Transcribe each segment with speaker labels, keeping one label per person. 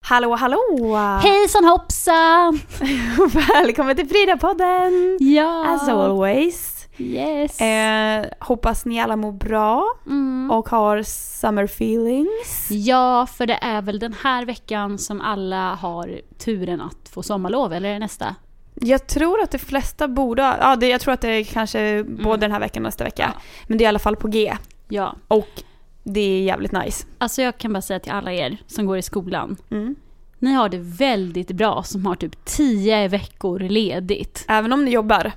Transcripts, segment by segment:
Speaker 1: Hallå hallå!
Speaker 2: Hejsan hoppsan!
Speaker 1: Välkommen till Frida-podden!
Speaker 2: Ja!
Speaker 1: As always.
Speaker 2: Alltså, Yes!
Speaker 1: Eh, hoppas ni alla mår bra
Speaker 2: Mm.
Speaker 1: och har summer feelings.
Speaker 2: Ja, för det är väl den här veckan som alla har turen att få sommarlov, eller är det nästa?
Speaker 1: Jag tror att de flesta borde, ja det, jag tror att det är kanske både den här veckan och nästa vecka.
Speaker 2: Mm. Ja.
Speaker 1: Men det är i alla fall på G
Speaker 2: Ja.
Speaker 1: och det är jävligt nice.
Speaker 2: Alltså jag kan bara säga till alla er som går i skolan.
Speaker 1: Mm.
Speaker 2: Ni har det väldigt bra som har typ 10 veckor ledigt.
Speaker 1: Även om ni jobbar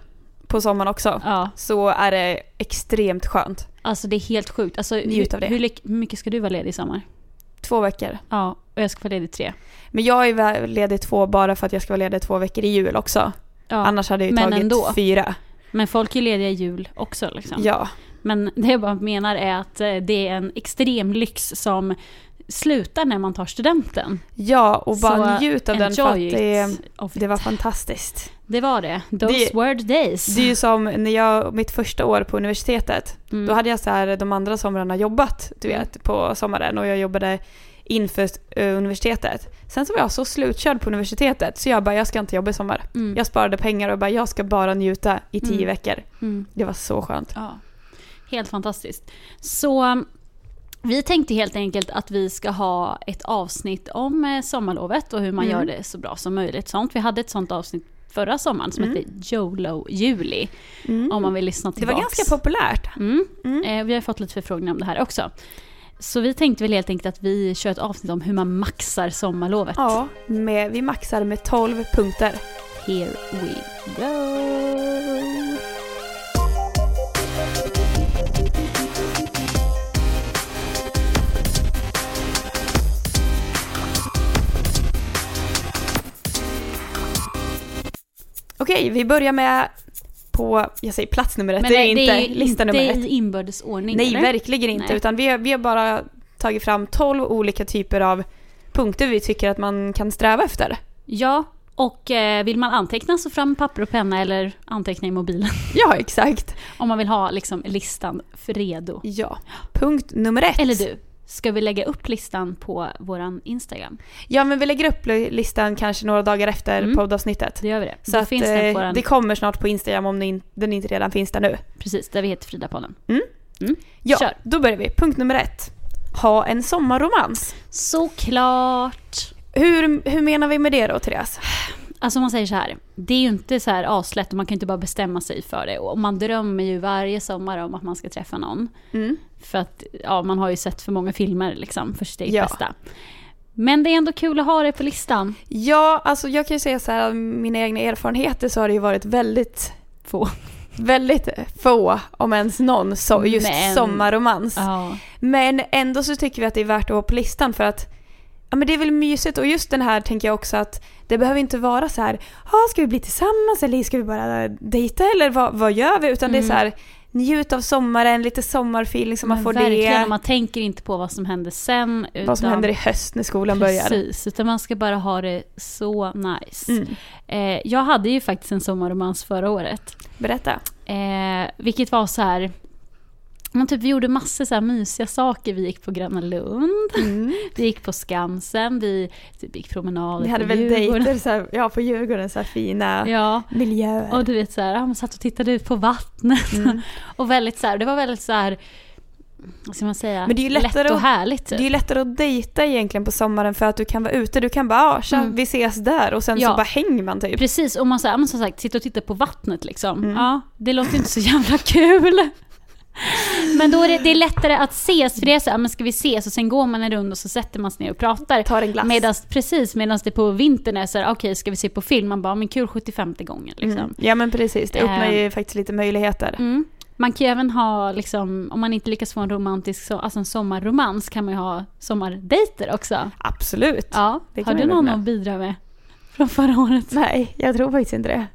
Speaker 1: på sommaren också
Speaker 2: Ja,
Speaker 1: så är det extremt skönt.
Speaker 2: alltså det är helt sjukt. Alltså,
Speaker 1: Njut av det.
Speaker 2: Hur, hur lik- hur mycket ska du vara ledig i sommar?
Speaker 1: Två veckor.
Speaker 2: Ja, och jag ska vara ledig tre.
Speaker 1: Men jag är väl ledig två bara för att jag ska vara ledig två veckor i jul också.
Speaker 2: Ja.
Speaker 1: Annars hade jag ju
Speaker 2: men
Speaker 1: tagit
Speaker 2: ändå.
Speaker 1: fyra.
Speaker 2: Men folk är lediga i jul också liksom.
Speaker 1: Ja.
Speaker 2: Men det jag bara menar är att eh, det är en extrem lyx som slutar när man tar studenten.
Speaker 1: Ja, och bara
Speaker 2: Så
Speaker 1: njut av den för att
Speaker 2: Enjoy it.
Speaker 1: det,
Speaker 2: of it.
Speaker 1: det var fantastiskt.
Speaker 2: det var det. Those
Speaker 1: Det-
Speaker 2: were days.
Speaker 1: Det är ju som när jag, mitt första år på universitetet,
Speaker 2: Mm.
Speaker 1: då hade jag så här de andra somrarna jobbat, du vet, på sommaren och jag jobbade inför eh, universitetet. Sen så var jag så slutkörd på universitetet så jag bara, jag ska inte jobba i sommar.
Speaker 2: Mm.
Speaker 1: Jag sparade pengar och bara, jag ska bara njuta i tio
Speaker 2: Mm.
Speaker 1: veckor.
Speaker 2: Mm.
Speaker 1: Det var så skönt.
Speaker 2: Ja. Helt fantastiskt. Så um, vi tänkte helt enkelt att vi ska ha ett avsnitt om eh, sommarlovet och hur man
Speaker 1: Mm.
Speaker 2: gör det så bra som möjligt. Sånt. Vi hade ett sånt avsnitt förra sommaren som
Speaker 1: Mm.
Speaker 2: hette Jolo Juli.
Speaker 1: Mm.
Speaker 2: Om man vill lyssna
Speaker 1: det
Speaker 2: tillbaka.
Speaker 1: var ganska populärt.
Speaker 2: Mm.
Speaker 1: Mm.
Speaker 2: Eh, vi har fått lite förfrågningar om det här också. Så vi tänkte väl helt enkelt att vi kör ett avsnitt om hur man maxar sommarlovet.
Speaker 1: Ja, med, vi maxar med 12 punkter.
Speaker 2: Here we go.
Speaker 1: Okej, vi börjar med på, jag säger plats nummer ett, det är inte
Speaker 2: ju
Speaker 1: lista nummer
Speaker 2: inte
Speaker 1: ett.
Speaker 2: i inbördes ordning
Speaker 1: Nej,
Speaker 2: eller?
Speaker 1: verkligen inte.
Speaker 2: Nej.
Speaker 1: Utan vi, har- vi har bara tagit fram 12 olika typer av punkter vi tycker att man kan sträva efter.
Speaker 2: Ja, och eh, vill man anteckna så fram papper och penna eller anteckna i mobilen.
Speaker 1: Ja, exakt.
Speaker 2: Om man vill ha liksom listan för redo.
Speaker 1: Ja. Punkt nummer ett.
Speaker 2: Eller du, ska vi lägga upp listan på våran Instagram?
Speaker 1: Ja, men vi lägger upp li- listan kanske några dagar efter
Speaker 2: Mm.
Speaker 1: poddavsnittet.
Speaker 2: Då gör vi det.
Speaker 1: Så
Speaker 2: Då
Speaker 1: att,
Speaker 2: finns den
Speaker 1: eh,
Speaker 2: på våran,
Speaker 1: det kommer snart på Instagram om den in- den inte redan finns där nu.
Speaker 2: precis, där vi heter Frida-podden.
Speaker 1: Ja,
Speaker 2: Kör.
Speaker 1: då börjar vi. Punkt nummer ett. Ha en sommarromans.
Speaker 2: Såklart!
Speaker 1: Hur, hur menar vi med det då, Therese?
Speaker 2: Alltså om man säger så här, det är ju inte så här aslätt och man kan ju inte bara bestämma sig för det. Och man drömmer ju varje sommar om att man ska träffa någon.
Speaker 1: Mm.
Speaker 2: För att ja, man har ju sett för många filmer liksom, för sitt eget
Speaker 1: Ja.
Speaker 2: bästa. Men det är ändå kul att ha det på listan.
Speaker 1: Ja, alltså jag kan ju säga så här, av mina egna erfarenheter så har det ju varit väldigt,
Speaker 2: Få.
Speaker 1: väldigt få, om ens någon, så just
Speaker 2: Men-
Speaker 1: sommarromans.
Speaker 2: Ja.
Speaker 1: Men ändå så tycker vi att det är värt att ha på listan för att Ja men det är väl mysigt och just den här tänker jag också att det behöver inte vara så här, ah, ska vi bli tillsammans eller ska vi bara dejta eller vad, vad gör vi? Utan det är
Speaker 2: Mm.
Speaker 1: så här, njut av sommaren, lite sommarfeeling som man
Speaker 2: Men
Speaker 1: får
Speaker 2: verkligen,
Speaker 1: det.
Speaker 2: och man tänker inte på vad som händer sen. Utan,
Speaker 1: vad som händer i höst när skolan börjar.
Speaker 2: Precis, utan man ska bara ha det så nice.
Speaker 1: Mm.
Speaker 2: Eh, jag hade ju faktiskt en sommarromans förra året.
Speaker 1: Berätta.
Speaker 2: Eh, vilket var så här... Man typ, vi gjorde massor så här mysiga saker. Vi gick på Gröna Lund, vi gick på Skansen, vi typ gick promenader
Speaker 1: Vi hade
Speaker 2: på
Speaker 1: väl
Speaker 2: Djurgården.
Speaker 1: dejter så här, ja, på Djurgården, så här fina
Speaker 2: Ja,
Speaker 1: miljöer.
Speaker 2: och du vet så här, ja, man satt och tittade ut på vattnet.
Speaker 1: Mm.
Speaker 2: Och väldigt så här, det var väldigt så här, vad ska man säga,
Speaker 1: Men det är ju lättare
Speaker 2: lätt och
Speaker 1: att-
Speaker 2: härligt
Speaker 1: Det
Speaker 2: typ.
Speaker 1: är ju lättare att dejta egentligen på sommaren för att du kan vara ute. Du kan bara, ah, tja,
Speaker 2: Mm.
Speaker 1: vi ses där och sen så
Speaker 2: Ja.
Speaker 1: bara hänger man typ.
Speaker 2: Precis, och man så här, men som sagt, sitter och tittar på vattnet liksom.
Speaker 1: Mm.
Speaker 2: Ja, det låter inte så jävla kul. Men då är det, det är lättare att ses, för det är så här, men ska vi ses? Och sen går man en runda och så sätter man sig ner och pratar.
Speaker 1: Tar en glass.
Speaker 2: Medans, precis, medan det på vintern är så här, okej ska vi se på film? Man bara, men kul 75 gången liksom.
Speaker 1: Mm. Ja men precis, det öppnar ju
Speaker 2: Ehm.
Speaker 1: faktiskt lite möjligheter.
Speaker 2: Mm. Man kan ju även ha, liksom, om man inte lyckas få en romantisk, so- alltså en sommarromans, kan man ju ha sommardejter också.
Speaker 1: Absolut.
Speaker 2: Ja,
Speaker 1: det
Speaker 2: har
Speaker 1: kan
Speaker 2: du
Speaker 1: man ju
Speaker 2: någon
Speaker 1: med.
Speaker 2: att bidra med? Från förra året?
Speaker 1: Nej, jag tror faktiskt inte det.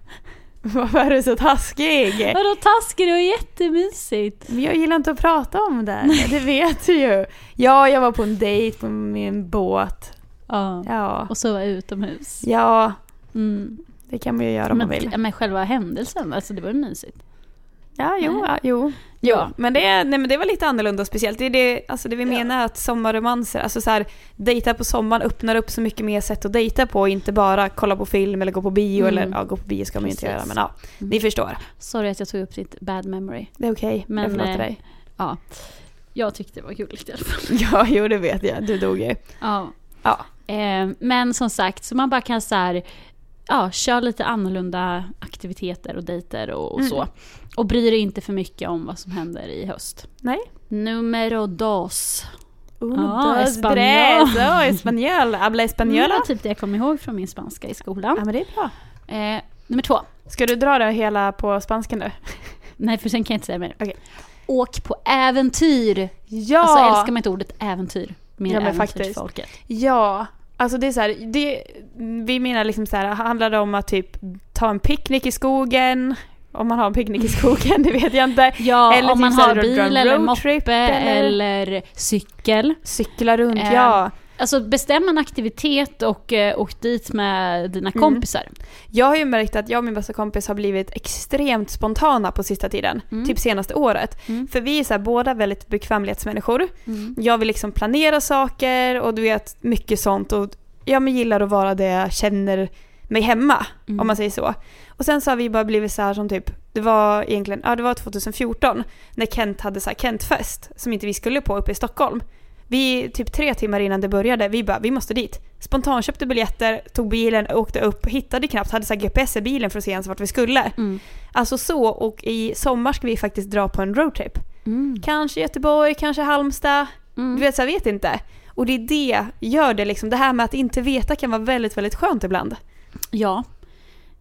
Speaker 1: Varför är du så taskig?
Speaker 2: Vadå taskig, det var jättemysigt.
Speaker 1: Men jag gillar inte att prata om det, det vet du ju. Ja, jag var på en dejt på min båt.
Speaker 2: Ja.
Speaker 1: Ja,
Speaker 2: Och sova utomhus.
Speaker 1: ja
Speaker 2: Mm.
Speaker 1: det kan man ju göra om man
Speaker 2: Men,
Speaker 1: vill.
Speaker 2: men själva händelsen, alltså det var ju mysigt.
Speaker 1: Ja, jo,
Speaker 2: Nej.
Speaker 1: ja, jo.
Speaker 2: Ja.
Speaker 1: Men det, nej, men det var lite annorlunda och speciellt. Det, är det, alltså det vi menar är att sommarromanser, alltså så här, dejta på sommaren öppnar upp så mycket mer sätt att dejta på. Inte bara kolla på film eller gå på bio
Speaker 2: Mm.
Speaker 1: eller ja, gå på bio ska man ju inte
Speaker 2: Precis.
Speaker 1: göra men ja, ni
Speaker 2: Mm.
Speaker 1: förstår.
Speaker 2: Sorry att jag tog upp ditt bad memory.
Speaker 1: Det är okej,
Speaker 2: Men,
Speaker 1: jag förlåter
Speaker 2: eh,
Speaker 1: dig.
Speaker 2: Ja. Jag tyckte det var gulligt i alla fall.
Speaker 1: Ja, jo det vet jag. Du dog ju.
Speaker 2: Ja.
Speaker 1: Ja.
Speaker 2: Eh, men som sagt, så man bara kan så här, ja, köra lite annorlunda aktiviteter och dejter och, och så.
Speaker 1: Mm.
Speaker 2: Och bry dig inte för mycket om vad som händer i höst.
Speaker 1: Nej.
Speaker 2: Numero dos.
Speaker 1: Uno,
Speaker 2: Ah,
Speaker 1: dos,
Speaker 2: espanjol.
Speaker 1: tres. Oh, espanjol. Habla
Speaker 2: Det
Speaker 1: española.
Speaker 2: var typ det jag kom ihåg från min spanska i skolan.
Speaker 1: Ja, men det är bra.
Speaker 2: Eh, nummer två.
Speaker 1: Ska du dra det hela på spanska nu?
Speaker 2: Nej, för sen kan jag inte säga mer.
Speaker 1: Okej.
Speaker 2: Åk på äventyr!
Speaker 1: Ja!
Speaker 2: Alltså älskar man inte ordet äventyr? Mer
Speaker 1: Ja,
Speaker 2: ja,
Speaker 1: men
Speaker 2: äventyrsfolket.
Speaker 1: Ja, alltså det är så här, det, vi menar liksom så här, handlar det om att typ ta en picknick i skogen, om man har en picknick i skogen, det vet jag inte.
Speaker 2: Ja,
Speaker 1: Eller
Speaker 2: om man
Speaker 1: typ så här
Speaker 2: har
Speaker 1: dra-
Speaker 2: bil
Speaker 1: dra en
Speaker 2: eller
Speaker 1: roadtrip
Speaker 2: moppe
Speaker 1: eller-
Speaker 2: eller cykel.
Speaker 1: Cykla runt,
Speaker 2: Eh,
Speaker 1: ja.
Speaker 2: Alltså bestäm en aktivitet och eh, åk dit med dina
Speaker 1: Mm.
Speaker 2: kompisar.
Speaker 1: Jag har ju märkt att jag och min bästa kompis har blivit extremt spontana på sista tiden,
Speaker 2: Mm.
Speaker 1: typ senaste året.
Speaker 2: Mm.
Speaker 1: För vi är så här, båda väldigt bekvämlighetsmänniskor.
Speaker 2: Mm.
Speaker 1: Jag vill liksom planera saker och du vet mycket sånt och jag men gillar att vara där jag känner mig hemma.
Speaker 2: Mm.
Speaker 1: om man säger så. Och sen så har vi bara blivit så här som typ, det var egentligen, ja det var 2014 när Kent hade så här Kentfest som inte vi skulle på uppe i Stockholm. Vi, typ tre timmar innan det började, vi bara vi måste dit. Spontant köpte biljetter, tog bilen, åkte upp, hittade knappt, hade så här GPS i bilen för att se ens vart vi skulle.
Speaker 2: Mm.
Speaker 1: Alltså så och i sommar ska vi faktiskt dra på en roadtrip.
Speaker 2: Mm.
Speaker 1: Kanske Göteborg, kanske Halmstad,
Speaker 2: Mm.
Speaker 1: du vet så här, vet inte. Och det är det, gör det liksom, det här med att inte veta kan vara väldigt, väldigt skönt ibland.
Speaker 2: Ja,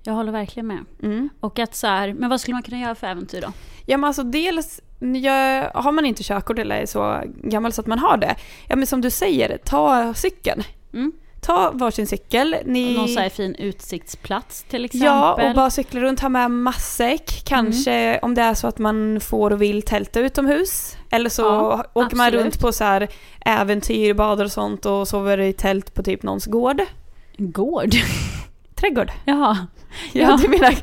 Speaker 2: jag håller verkligen med.
Speaker 1: Mm.
Speaker 2: Och att så här, men vad skulle man kunna göra för äventyr då?
Speaker 1: Ja men alltså dels, ja, har man inte körkort eller är så gammal så att man har det, ja men som du säger, ta cykeln.
Speaker 2: Mm.
Speaker 1: Ta varsin cykel. Ni,
Speaker 2: Någon så här fin utsiktsplats till exempel. Mm.
Speaker 1: ja, och bara cykla runt, ha med matsäck. Kanske om det är så att man får och vill tälta utomhus. Eller så
Speaker 2: Ja,
Speaker 1: åker man
Speaker 2: absolut.
Speaker 1: runt på så här äventyr, badar och sånt och sover i tält på typ någons gård.
Speaker 2: Gård?
Speaker 1: Trädgård.
Speaker 2: Jaha.
Speaker 1: Ja,
Speaker 2: Ja.
Speaker 1: du menar
Speaker 2: Jag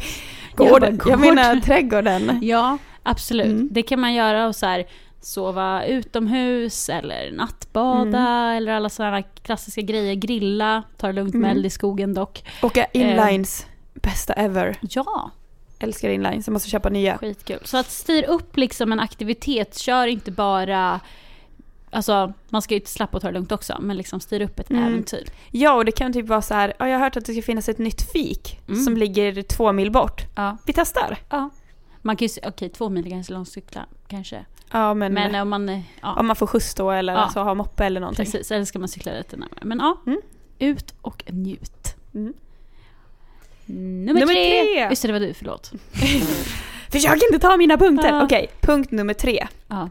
Speaker 1: gård.
Speaker 2: bara,
Speaker 1: Jag,
Speaker 2: gård.
Speaker 1: menar trädgården.
Speaker 2: Ja, absolut.
Speaker 1: Mm.
Speaker 2: Det kan man göra och så här, sova utomhus eller nattbada eller alla sådana klassiska grejer. Grilla, ta det lugnt med
Speaker 1: Mm.
Speaker 2: eld i skogen dock.
Speaker 1: Åka
Speaker 2: Eh.
Speaker 1: inlines, bästa ever.
Speaker 2: Ja,
Speaker 1: Älskar inlines, jag måste köpa nya.
Speaker 2: skitkul. Så att styr upp liksom en aktivitet, kör inte bara Alltså man ska ju inte slappa och ta det lugnt också, men liksom styr upp ett
Speaker 1: Mm.
Speaker 2: äventyr.
Speaker 1: Ja, och det kan typ vara så här, ja, jag har hört att det ska finnas ett nytt fik
Speaker 2: Mm.
Speaker 1: som ligger två mil bort.
Speaker 2: Ja.
Speaker 1: Vi testar.
Speaker 2: ja. Man kan ju, s- okej två mil är ganska långt att cykla kanske.
Speaker 1: Ja, men,
Speaker 2: Men om man, eh,
Speaker 1: om
Speaker 2: ja
Speaker 1: man får skjuts då eller
Speaker 2: Ja.
Speaker 1: så har moppe eller någonting.
Speaker 2: precis, eller ska man cykla lite närmare. Men ja,
Speaker 1: Mm.
Speaker 2: ut och njut.
Speaker 1: Mm.
Speaker 2: Nummer,
Speaker 1: Nummer
Speaker 2: tre.
Speaker 1: tre.
Speaker 2: Just det, det var du, förlåt.
Speaker 1: Försök inte ta mina punkter!
Speaker 2: Ja.
Speaker 1: Okej, punkt nummer tre.
Speaker 2: Ja.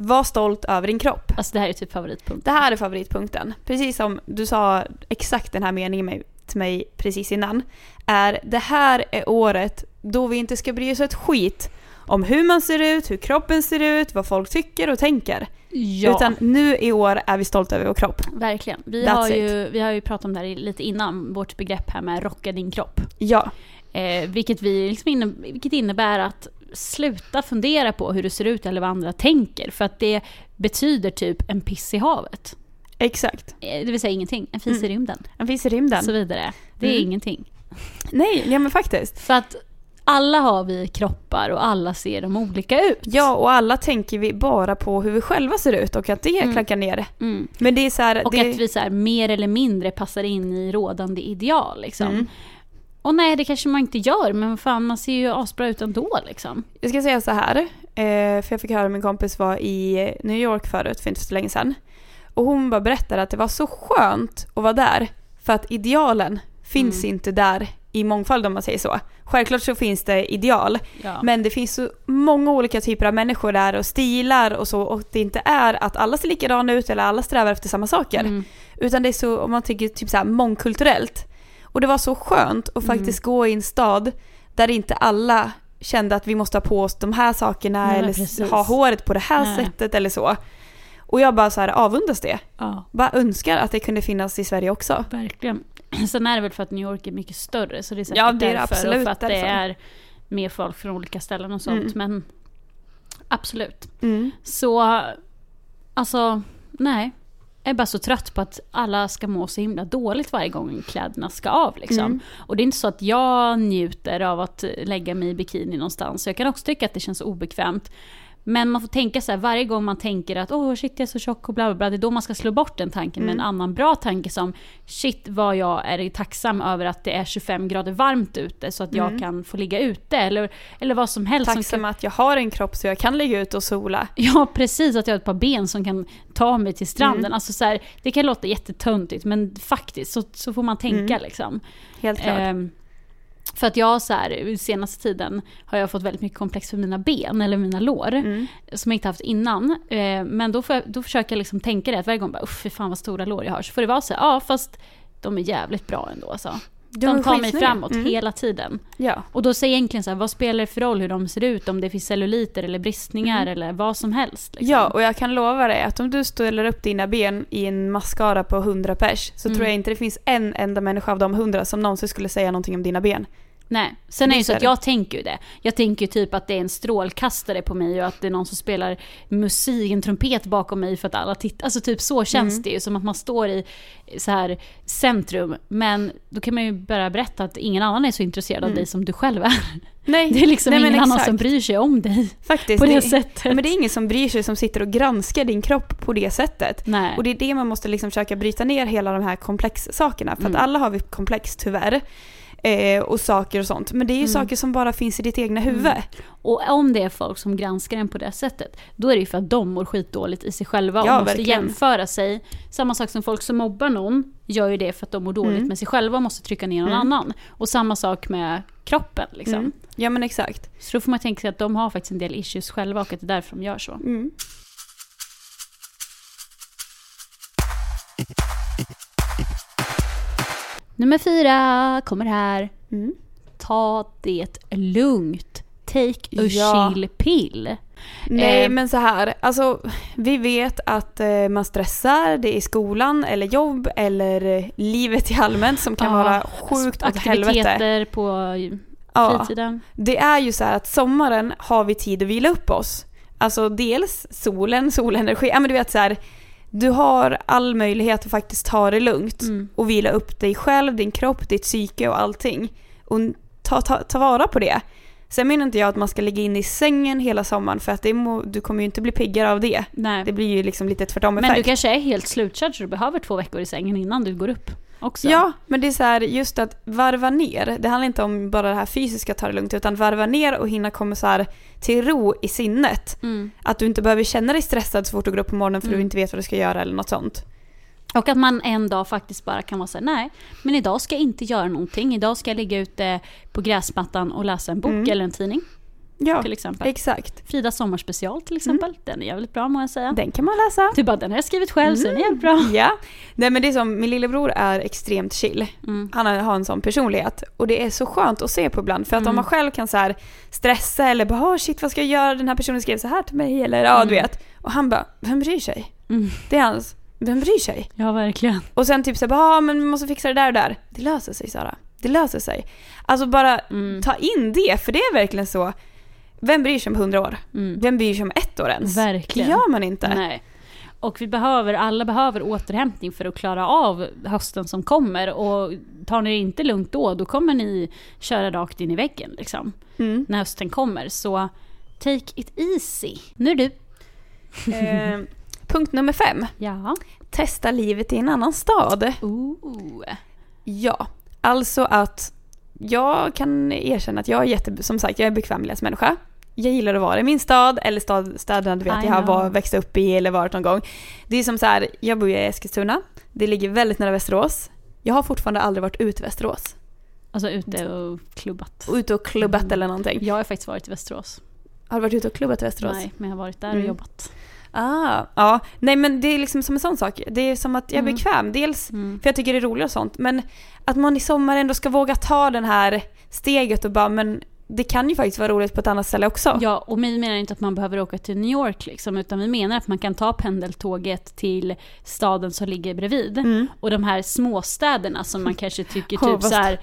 Speaker 1: Var stolt över din kropp.
Speaker 2: Alltså det här är typ favoritpunkt.
Speaker 1: Det här är favoritpunkten. Precis som du sa exakt den här meningen med- till mig precis innan. Är det här är året då vi inte ska bry oss ett skit om hur man ser ut, hur kroppen ser ut, vad folk tycker och tänker.
Speaker 2: Ja,
Speaker 1: Utan nu i år är vi stolta över vår kropp.
Speaker 2: verkligen. Vi
Speaker 1: That's
Speaker 2: har, ju, vi har ju pratat om det här i- lite innan, vårt begrepp här med rocka din kropp.
Speaker 1: Ja.
Speaker 2: Eh, vilket, vi liksom inne, vilket innebär att sluta fundera på hur du ser ut eller vad andra tänker. För att det betyder typ en piss i havet.
Speaker 1: Exakt.
Speaker 2: Eh, Det vill säga ingenting. En fis i
Speaker 1: Mm.
Speaker 2: rymden.
Speaker 1: Den finns i
Speaker 2: Och
Speaker 1: rymden.
Speaker 2: så vidare. Det är
Speaker 1: Mm.
Speaker 2: ingenting.
Speaker 1: Nej, ja men faktiskt.
Speaker 2: För att alla har vi kroppar och alla ser de olika ut.
Speaker 1: Ja, och alla tänker vi bara på hur vi själva ser ut och att det
Speaker 2: Mm.
Speaker 1: klackar ner.
Speaker 2: Mm.
Speaker 1: Men det är så här...
Speaker 2: Och
Speaker 1: det...
Speaker 2: att vi så här, mer eller mindre passar in i rådande ideal. Liksom.
Speaker 1: Mm.
Speaker 2: Och nej, det kanske man inte gör, men fan man ser ju asbra ut ändå. Liksom.
Speaker 1: Jag ska säga så här, eh, för jag fick höra att min kompis var i New York förut för inte så länge sedan. Och hon bara berättade att det var så skönt att vara där för att idealen finns
Speaker 2: Mm.
Speaker 1: inte där i mångfald om man säger så. Självklart så finns det ideal
Speaker 2: Ja.
Speaker 1: men det finns så många olika typer av människor där och stilar och så och det inte är att alla ser likadana ut eller alla strävar efter samma saker.
Speaker 2: Mm.
Speaker 1: Utan det är så, om man tycker typ så här mångkulturellt. Och det var så skönt att
Speaker 2: Mm.
Speaker 1: faktiskt gå i en stad där inte alla kände att vi måste ha på oss de här sakerna
Speaker 2: Nej, men
Speaker 1: eller
Speaker 2: precis.
Speaker 1: ha håret på det här
Speaker 2: Nej.
Speaker 1: sättet eller så. Och jag bara så här avundas det.
Speaker 2: ja,
Speaker 1: Bara önskar att det kunde finnas i Sverige också.
Speaker 2: verkligen. Sen är det väl för att New York är mycket större, så det är säkert
Speaker 1: Ja, det är det
Speaker 2: därför. Mm.
Speaker 1: absolut
Speaker 2: och för att det
Speaker 1: därför.
Speaker 2: är mer folk från olika ställen och sånt. Men Absolut.
Speaker 1: Mm.
Speaker 2: Så, alltså, nej. Jag är bara så trött på att alla ska må så himla dåligt varje gång kläderna ska av. Liksom.
Speaker 1: Mm.
Speaker 2: Och det är inte så att jag njuter av att lägga mig i bikini någonstans. Jag kan också tycka att det känns obekvämt. Men man får tänka så här, varje gång man tänker att åh shit jag är så tjock och bla bla bla. Det är då man ska slå bort den tanken med
Speaker 1: Mm.
Speaker 2: en annan bra tanke som shit vad jag är tacksam över att det är 25 grader varmt ute så att jag kan få ligga ute. Eller, eller vad som helst. som kan-
Speaker 1: Mm. Tacksam att jag har en kropp så jag kan ligga ut och sola.
Speaker 2: Ja, precis. Att jag har ett par ben som kan ta mig till stranden.
Speaker 1: Mm.
Speaker 2: Alltså så här, det kan låta jättetöntigt, men faktiskt så, så får man tänka.
Speaker 1: Mm.
Speaker 2: Liksom.
Speaker 1: Helt klart.
Speaker 2: Ehm, för att jag så här, senaste tiden har jag fått väldigt mycket komplex för mina ben eller mina lår.
Speaker 1: Mm.
Speaker 2: Som jag inte haft innan. Ehm, men då, får jag, då försöker jag liksom tänka det att varje gång bara usch fy fan vad stora lår jag har. Så får det vara så här, ja fast de är jävligt bra ändå alltså. De
Speaker 1: är
Speaker 2: tar mig
Speaker 1: skitsnygga.
Speaker 2: framåt
Speaker 1: Mm.
Speaker 2: hela tiden.
Speaker 1: Ja.
Speaker 2: Och då säger jag egentligen så här, vad spelar det för roll hur de ser ut? Om det finns celluliter eller bristningar eller vad som helst. liksom.
Speaker 1: Mm. ja, och jag kan lova dig att om du ställer upp dina ben i en mascara på 100 pers så tror jag inte det finns en enda människa av de 100 som någonsin skulle säga någonting om dina ben.
Speaker 2: Nej. Sen är det ju
Speaker 1: Visst
Speaker 2: så
Speaker 1: är
Speaker 2: att
Speaker 1: det.
Speaker 2: jag tänker ju det. Jag tänker ju typ att det är en strålkastare på mig och att det är någon som spelar musik, en trumpet bakom mig för att alla tittar. Alltså typ så känns
Speaker 1: Mm.
Speaker 2: det ju, som att man står i så här centrum. Men då kan man ju bara berätta att ingen annan är så intresserad av dig som du själv är.
Speaker 1: Mm. Nej,
Speaker 2: Det är liksom
Speaker 1: nej, men
Speaker 2: ingen annan
Speaker 1: exakt.
Speaker 2: som bryr sig om dig
Speaker 1: Faktiskt,
Speaker 2: på det,
Speaker 1: det-
Speaker 2: sättet.
Speaker 1: Men det är ingen som bryr sig som sitter och granskar din kropp på det sättet.
Speaker 2: Nej.
Speaker 1: Och det är det man måste liksom försöka bryta ner hela de här komplexsakerna. För att alla har vi komplex tyvärr. Eh, och saker och sånt. Men det är ju saker som bara finns i ditt egna huvud.
Speaker 2: Och om det är folk som granskar en på det sättet, då är det ju för att de mår skitdåligt i sig själva och
Speaker 1: Ja,
Speaker 2: måste
Speaker 1: verkligen.
Speaker 2: jämföra sig. Samma sak som folk som mobbar någon gör ju det för att de mår dåligt
Speaker 1: Mm.
Speaker 2: med sig själva och måste trycka ner någon annan. Och samma sak med kroppen. Liksom.
Speaker 1: Mm. Ja men exakt.
Speaker 2: Så då får man tänka sig att de har faktiskt en del issues själva och att det är därför de gör så.
Speaker 1: Mm.
Speaker 2: Nummer fyra kommer här.
Speaker 1: Mm.
Speaker 2: Ta det lugnt. Take a
Speaker 1: Ja.
Speaker 2: chill pill.
Speaker 1: Nej
Speaker 2: Eh.
Speaker 1: men så här, alltså vi vet att eh, man stressar, det är i skolan eller jobb eller eh, livet i allmänt som kan
Speaker 2: Ja, alltså,
Speaker 1: vara sjukt åt helvete.
Speaker 2: Aktiviteter på
Speaker 1: Ja.
Speaker 2: fritiden.
Speaker 1: Det är ju så här att sommaren har vi tid att vila upp oss. Alltså dels solen, solenergi, ja men du vet så här. Du har all möjlighet att faktiskt ta det lugnt
Speaker 2: Mm.
Speaker 1: och vila upp dig själv, din kropp, ditt psyke och allting. Och ta, ta, ta vara på det. Sen menar inte jag att man ska ligga in i sängen hela sommaren för att det må, du kommer ju inte bli piggare av det.
Speaker 2: Nej.
Speaker 1: Det blir ju liksom lite tvärtom
Speaker 2: Men du
Speaker 1: effekt.
Speaker 2: kanske är helt slutkörd så du behöver två veckor i sängen innan du går upp också.
Speaker 1: Ja, men det är så här just att varva ner. Det handlar inte om bara det här fysiska ta det lugnt utan varva ner och hinna komma så här till ro i sinnet.
Speaker 2: Mm.
Speaker 1: Att du inte behöver känna dig stressad så fort du går upp på morgonen för
Speaker 2: Mm.
Speaker 1: du inte vet vad du ska göra eller något sånt.
Speaker 2: Och att man en dag faktiskt bara kan vara såhär, nej, men idag ska jag inte göra någonting. Idag ska jag ligga ute på gräsmattan och läsa en bok
Speaker 1: Mm.
Speaker 2: eller en tidning
Speaker 1: Ja, Mm.
Speaker 2: till exempel.
Speaker 1: exakt.
Speaker 2: Fridas sommarspecial till exempel, den är jävligt bra må jag säga.
Speaker 1: Den kan man läsa.
Speaker 2: Du bara, den har jag skrivit själv så den är jävligt bra.
Speaker 1: Ja. Nej men det är som, min lillebror är extremt chill.
Speaker 2: Mm.
Speaker 1: Han har en sån personlighet. Och det är så skönt att se på ibland. För att
Speaker 2: Mm.
Speaker 1: om man själv kan så här stressa eller bara "Ah, shit vad ska jag göra, den här personen skrev så här till mig eller ja du
Speaker 2: Mm.
Speaker 1: vet. Och han bara, vem bryr sig?
Speaker 2: Mm.
Speaker 1: Det är hans, vem bryr sig?
Speaker 2: Ja, verkligen.
Speaker 1: Och sen typ såhär, ja men vi måste fixa det där och där. Det löser sig Sara. Det löser sig. Alltså bara
Speaker 2: Mm.
Speaker 1: ta in det, för det är verkligen så. Vem bryr sig om hundra år?
Speaker 2: Mm.
Speaker 1: Vem bryr sig om ett år ens? Det
Speaker 2: Verkligen.
Speaker 1: gör man inte.
Speaker 2: Nej. Och vi behöver, alla behöver återhämtning för att klara av hösten som kommer. Och tar ni det inte lugnt då, då kommer ni köra rakt in i väggen liksom.
Speaker 1: Mm.
Speaker 2: När hösten kommer. Så take it easy. Nu du.
Speaker 1: Eh, punkt nummer fem.
Speaker 2: Ja.
Speaker 1: Testa livet i en annan stad.
Speaker 2: Ooh.
Speaker 1: Ja, alltså att jag kan erkänna att jag är jätte, som sagt, jag är en bekvämlighetsmänniska. Jag gillar att vara i min stad eller stad, städerna du vet
Speaker 2: I
Speaker 1: jag har
Speaker 2: know.
Speaker 1: var, växt upp i eller varit någon gång. Det är som så här, jag bor ju i Eskilstuna. Det ligger väldigt nära Västerås. Jag har fortfarande aldrig varit ute i Västerås.
Speaker 2: Alltså ute och klubbat.
Speaker 1: Och Ute och
Speaker 2: Mm.
Speaker 1: klubbat eller någonting.
Speaker 2: Jag har faktiskt varit i Västerås.
Speaker 1: Har du varit ute och klubbat i Västerås?
Speaker 2: Nej, men jag har varit där och
Speaker 1: Mm.
Speaker 2: jobbat.
Speaker 1: Ah, ja. Nej men det är liksom som en sån sak. Det är som att jag är
Speaker 2: Mm.
Speaker 1: bekväm. Dels
Speaker 2: Mm.
Speaker 1: För jag tycker det är roligt och sånt. Men att man i sommar ändå ska våga ta den här steget och bara men det kan ju faktiskt vara roligt på ett annat ställe också.
Speaker 2: Ja, och vi menar inte att man behöver åka till New York liksom, utan vi menar att man kan ta pendeltåget till staden som ligger bredvid.
Speaker 1: Mm.
Speaker 2: Och de här småstäderna som man kanske tycker
Speaker 1: Ja,
Speaker 2: typ
Speaker 1: vad
Speaker 2: så här,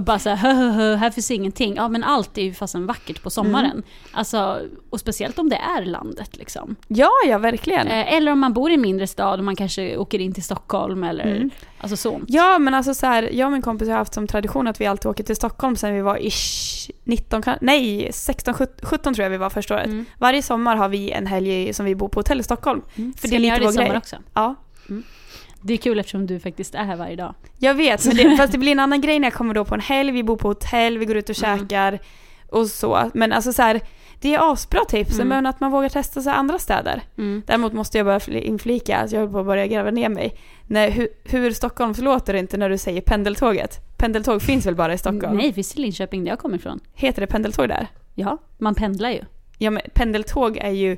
Speaker 2: bara så här, hö, hö, hö, här finns ingenting. Ja men allt är ju fasen vackert på sommaren.
Speaker 1: Mm.
Speaker 2: Alltså, och speciellt om det är landet liksom.
Speaker 1: Ja, ja verkligen.
Speaker 2: Eh, Eller om man bor i en mindre stad och man kanske åker in till Stockholm eller
Speaker 1: Mm.
Speaker 2: alltså så.
Speaker 1: Ja men alltså så här, jag och min kompis har haft som tradition att vi alltid åker till Stockholm sen vi var ish 19, kan- nej 16, 17, 17 tror jag vi var första året.
Speaker 2: Mm.
Speaker 1: Varje sommar har vi en helg som vi bor på hotell i Stockholm.
Speaker 2: För
Speaker 1: det är lite
Speaker 2: göra det
Speaker 1: vår
Speaker 2: i sommar
Speaker 1: grej.
Speaker 2: också.
Speaker 1: Ja,
Speaker 2: Det är kul eftersom du faktiskt är här varje dag.
Speaker 1: jag vet men det, fast det blir en annan grej när jag kommer då på en helg, vi bor på hotell, vi går ut och
Speaker 2: Mm.
Speaker 1: käkar och så. Men alltså så här, det är asbra tips
Speaker 2: Mm.
Speaker 1: men att man vågar testa sig andra städer. Däremot måste jag bara fl- inflika att jag höll på att börja gräva ner mig. Nej, hur, hur Stockholms låter det inte när du säger pendeltåget? Pendeltåg finns väl bara i Stockholm?
Speaker 2: Nej, visst är Linköping där jag kommer ifrån?
Speaker 1: Heter det pendeltåg där?
Speaker 2: Ja, man pendlar ju.
Speaker 1: Ja men pendeltåg är ju,
Speaker 2: Jag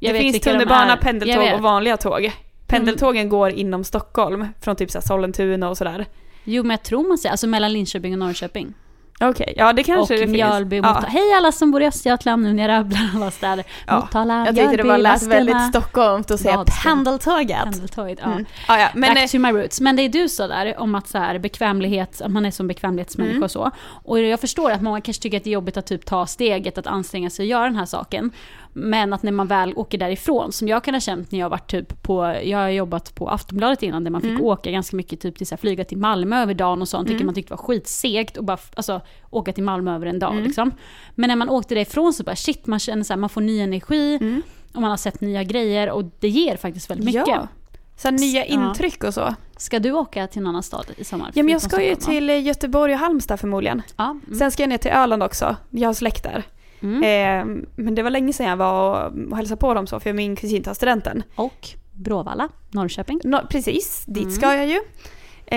Speaker 1: det
Speaker 2: vet
Speaker 1: finns
Speaker 2: vilka de
Speaker 1: tunnelbana,
Speaker 2: är. Jag
Speaker 1: pendeltåg
Speaker 2: vet. Mm.
Speaker 1: och vanliga tåg. Pendeltågen går inom Stockholm från typ så här Sollentuna och sådär.
Speaker 2: Jo, men jag tror man säger, alltså mellan Linköping och Norrköping.
Speaker 1: Okej, ja det kanske det
Speaker 2: och
Speaker 1: finns.
Speaker 2: Mjölby och
Speaker 1: ja.
Speaker 2: Motala. Hej alla som bor i Östergötland nu när jag rabblar alla städer.
Speaker 1: Ja.
Speaker 2: Motala,
Speaker 1: Jag tyckte det bara
Speaker 2: Mjölby,
Speaker 1: lät
Speaker 2: Vadstena,
Speaker 1: väldigt stockholmskt att säga
Speaker 2: Vadstena.
Speaker 1: pendeltåget.
Speaker 2: Pendeltåget, ja.
Speaker 1: Mm. Ja, ja, men, eh,
Speaker 2: Back to my roots. Men det är du sa där om att så här, bekvämlighet, att man är som bekvämlighetsmänniska
Speaker 1: Mm.
Speaker 2: och så. Och jag förstår att många kanske tycker att det är jobbigt att typ ta steget, att anstränga sig och göra den här saken. Men att när man väl åker därifrån, som jag kan ha känt när jag varit typ på, jag har jobbat på Aftonbladet innan där man fick
Speaker 1: Mm.
Speaker 2: åka ganska mycket, typ till så här, flyga till Malmö över dagen och sånt, vilket
Speaker 1: Mm.
Speaker 2: man tyckte var skitsegt och bara f- alltså, åka till Malmö över en dag
Speaker 1: Mm.
Speaker 2: liksom. Men när man åkte därifrån så bara shit, man känner så här, man får ny energi
Speaker 1: mm.
Speaker 2: och man har sett nya grejer och det ger faktiskt väldigt mycket.
Speaker 1: Ja. Så här, nya
Speaker 2: Ja.
Speaker 1: intryck och så.
Speaker 2: Ska du åka till en annan stad i sommar?
Speaker 1: Ja men jag
Speaker 2: Förutom
Speaker 1: ska ju
Speaker 2: Stockholm, va?
Speaker 1: till eh, Göteborg och Halmstad förmodligen.
Speaker 2: Ja. Mm.
Speaker 1: Sen ska jag ner till Öland också, jag har släkt där.
Speaker 2: Mm.
Speaker 1: Eh, men det var länge sedan jag var och, och hälsade på dem så, för min kusin tar studenten.
Speaker 2: Och Bråvalla, Norrköping.
Speaker 1: Nå- precis, dit
Speaker 2: Mm.
Speaker 1: ska jag ju.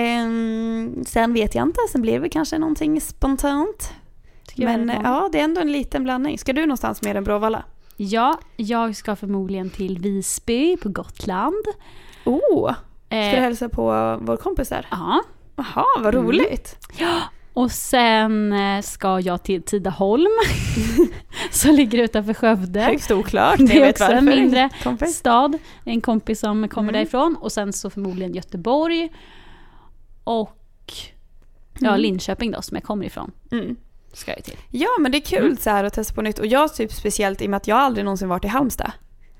Speaker 1: Ehm, sen vet jag inte, sen blir det väl kanske någonting spontant.
Speaker 2: Tycker jag är
Speaker 1: Men
Speaker 2: väldigt bra.
Speaker 1: ja, det är ändå en liten blandning. Ska du någonstans mer än Bråvalla?
Speaker 2: ja, jag ska förmodligen till Visby på Gotland.
Speaker 1: Oh, ska du
Speaker 2: Eh,
Speaker 1: hälsa på vår kompis där?
Speaker 2: ja.
Speaker 1: Jaha, vad
Speaker 2: Mm.
Speaker 1: roligt.
Speaker 2: Och sen eh, ska jag till Tidaholm, som ligger utanför Skövde.
Speaker 1: Högst oklart,
Speaker 2: Det är
Speaker 1: jag vet
Speaker 2: också en
Speaker 1: varför.
Speaker 2: mindre
Speaker 1: kompis.
Speaker 2: Stad, en kompis som kommer
Speaker 1: Mm.
Speaker 2: därifrån. Och sen så förmodligen Göteborg. Och ja,
Speaker 1: Mm.
Speaker 2: Linköping då, som jag kommer ifrån.
Speaker 1: Mm.
Speaker 2: Ska jag till.
Speaker 1: Ja men det är kul
Speaker 2: Mm.
Speaker 1: så här att testa på nytt och jag typ speciellt i och med att jag aldrig någonsin varit i Halmstad.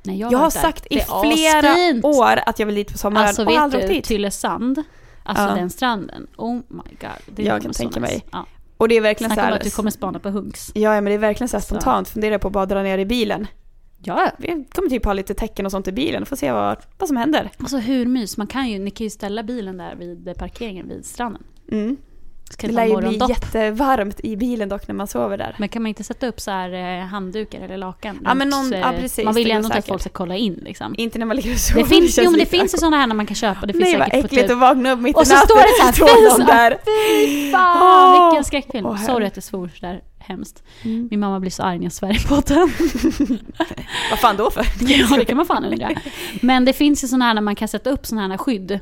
Speaker 2: Nej, jag
Speaker 1: Jag har
Speaker 2: varit där.
Speaker 1: sagt i
Speaker 2: Det är
Speaker 1: flera
Speaker 2: asfint.
Speaker 1: år att jag vill dit på sommaren
Speaker 2: Alltså
Speaker 1: och aldrig
Speaker 2: vet
Speaker 1: åkt
Speaker 2: du,
Speaker 1: dit.
Speaker 2: Tylösand, alltså
Speaker 1: Ja.
Speaker 2: den stranden. Oh my god. Det
Speaker 1: Jag
Speaker 2: kommer
Speaker 1: kan
Speaker 2: så
Speaker 1: tänka mig.
Speaker 2: Ja.
Speaker 1: Och det är verkligen så
Speaker 2: Snacka om
Speaker 1: här,
Speaker 2: att du kommer spana på hunks.
Speaker 1: Ja, ja men det är verkligen så här
Speaker 2: Så.
Speaker 1: spontant. Funderar på att bara dra ner i bilen.
Speaker 2: Ja.
Speaker 1: Vi kommer typ ha lite tecken och sånt i bilen. Får se vad, vad som händer.
Speaker 2: Alltså hur mys, man kan ju, ni kan ju ställa bilen där vid parkeringen vid stranden.
Speaker 1: Mm.
Speaker 2: Ska
Speaker 1: Det
Speaker 2: det
Speaker 1: lär
Speaker 2: ta
Speaker 1: ju bli
Speaker 2: morgondopp.
Speaker 1: jättevarmt i bilen dock när man sover där.
Speaker 2: Men kan man inte sätta upp så här eh, handdukar eller lakan?
Speaker 1: Ja, men
Speaker 2: runt,
Speaker 1: någon-
Speaker 2: eh,
Speaker 1: ja, precis,
Speaker 2: Man vill
Speaker 1: det
Speaker 2: ju
Speaker 1: går
Speaker 2: ändå inte att
Speaker 1: säkert.
Speaker 2: folk ska kolla in liksom.
Speaker 1: Inte när man ligger och sover.
Speaker 2: Det finns,
Speaker 1: känns
Speaker 2: jo men det
Speaker 1: lite
Speaker 2: finns ju
Speaker 1: awkward.
Speaker 2: sådana här när man kan köpa. Det finns
Speaker 1: Nej vad
Speaker 2: säkert på
Speaker 1: äckligt
Speaker 2: typ...
Speaker 1: att vakna upp mitt
Speaker 2: Och
Speaker 1: i
Speaker 2: så
Speaker 1: natten.
Speaker 2: står det så här,
Speaker 1: står de
Speaker 2: face
Speaker 1: där.
Speaker 2: Fan
Speaker 1: Åh!
Speaker 2: Ah, vilken skräckfilm.
Speaker 1: Åh,
Speaker 2: Sorry att jag svor sådär hemskt.
Speaker 1: Mm.
Speaker 2: Min mamma blir så arg när jag svär i podden.
Speaker 1: Vad fan då för?
Speaker 2: Ja, det kan man fan undra. Men det finns ju sådana här när man kan sätta upp sådana här skydd.